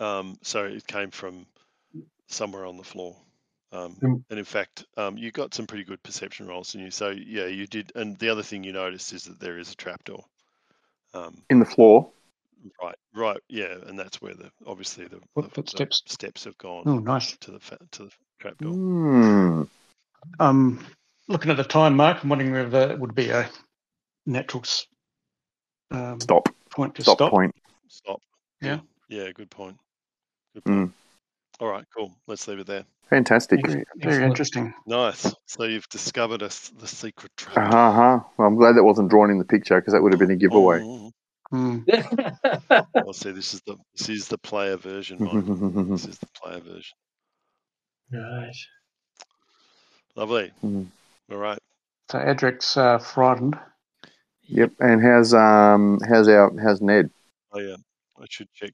Speaker 1: Um, so it came from somewhere on the floor. Um,
Speaker 3: Mm.
Speaker 1: and in fact, um, you got some pretty good perception rolls, and you so yeah, you did. And the other thing you noticed is that there is a trapdoor. Um,
Speaker 5: In the floor.
Speaker 1: Right, right, yeah, and that's where the obviously the,
Speaker 2: What
Speaker 1: the, the
Speaker 2: footsteps?
Speaker 1: steps have gone
Speaker 2: Oh, nice.
Speaker 1: to the fa- to the trapdoor.
Speaker 5: Hmm.
Speaker 2: Um, looking at the time mark, I'm wondering whether that would be a natural s- um,
Speaker 5: Stop.
Speaker 2: point to
Speaker 5: Stop
Speaker 2: stop.
Speaker 5: point.
Speaker 1: Stop.
Speaker 2: Yeah.
Speaker 1: Mm, Yeah. Good point. Good
Speaker 5: Mm.
Speaker 1: point. All right. Cool. Let's leave it there.
Speaker 5: Fantastic.
Speaker 2: Very, very
Speaker 3: Excellent.
Speaker 2: interesting.
Speaker 1: Nice. So you've discovered us the secret
Speaker 5: Uh
Speaker 1: trapdoor.
Speaker 5: huh. Well, I'm glad that wasn't drawn in the picture because that would have been a giveaway.
Speaker 1: Mm.
Speaker 2: Hmm.
Speaker 1: Well, see, this is the this is the player version, Mike. This
Speaker 5: Mm.
Speaker 1: is the player version.
Speaker 3: right.
Speaker 1: Lovely.
Speaker 5: Mm.
Speaker 1: All right.
Speaker 2: So Adric's uh, frightened.
Speaker 5: yep. And how's um how's our how's Ned?
Speaker 1: Oh yeah. I should check.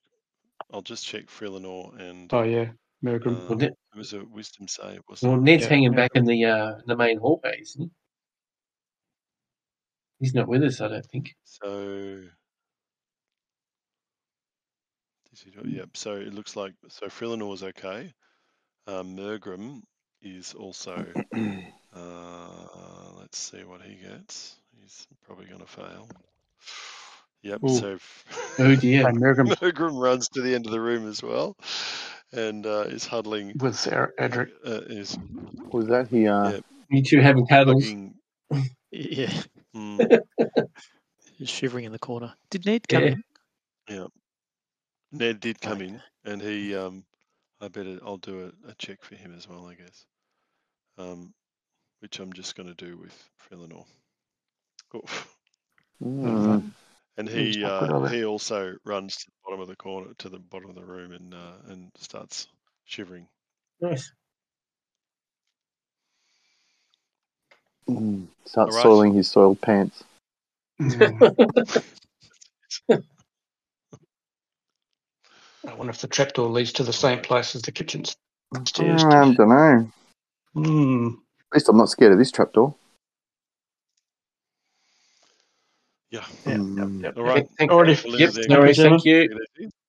Speaker 1: I'll just check Freelanor and
Speaker 2: Oh yeah, Miracle.
Speaker 1: uh,
Speaker 3: Well, Ned,
Speaker 1: it was a wisdom save, wasn't
Speaker 3: well,
Speaker 1: it?
Speaker 3: Ned's
Speaker 2: Yeah,
Speaker 3: hanging
Speaker 2: yeah.
Speaker 3: back in the uh, the main hallway, isn't he? He's not with us, I don't think.
Speaker 1: So Does he do it? Yep. So it looks like so Frillinor is okay. Uh, Mergrim is also. Uh, let's see what he gets. He's probably going to fail. Yep.
Speaker 2: Ooh,
Speaker 1: So
Speaker 3: Oh dear.
Speaker 2: hey, Miracle
Speaker 1: Mergrim runs to the end of the room as well, and uh, is huddling.
Speaker 2: with E-, our Adric.
Speaker 1: Uh, is
Speaker 5: Was that he? Uh,
Speaker 1: Yeah.
Speaker 3: You two having paddles.
Speaker 1: hugging.
Speaker 4: Yeah.
Speaker 1: Mm,
Speaker 4: He's shivering in the corner. Did Ned come
Speaker 3: Yeah.
Speaker 4: in?
Speaker 1: yeah. Ned did come
Speaker 4: Okay.
Speaker 1: in, and he. Um, I better. I'll do a, a check for him as well. I guess. Um, which I'm just going to do with Frelinor. Oof.
Speaker 5: Mm.
Speaker 1: And he
Speaker 6: not good,
Speaker 1: uh,
Speaker 6: are they?
Speaker 1: he also runs to the bottom of the corner to the bottom of the room and uh, and starts shivering.
Speaker 3: Nice.
Speaker 5: Mm. Starts
Speaker 1: Alright.
Speaker 5: soiling his soiled pants.
Speaker 2: Mm. I wonder if the trapdoor leads to the same place as the kitchens. Upstairs.
Speaker 5: I don't know.
Speaker 2: Mm.
Speaker 5: At least I'm not scared of this trapdoor.
Speaker 1: Yeah.
Speaker 2: Yeah,
Speaker 5: Mm.
Speaker 2: yep, yep.
Speaker 1: All right.
Speaker 3: Thank-
Speaker 2: Already.
Speaker 1: Well,
Speaker 3: yep,
Speaker 5: Mm.
Speaker 1: Lindsay,
Speaker 3: no worries,
Speaker 2: Thank
Speaker 3: thank you.
Speaker 1: take it easy.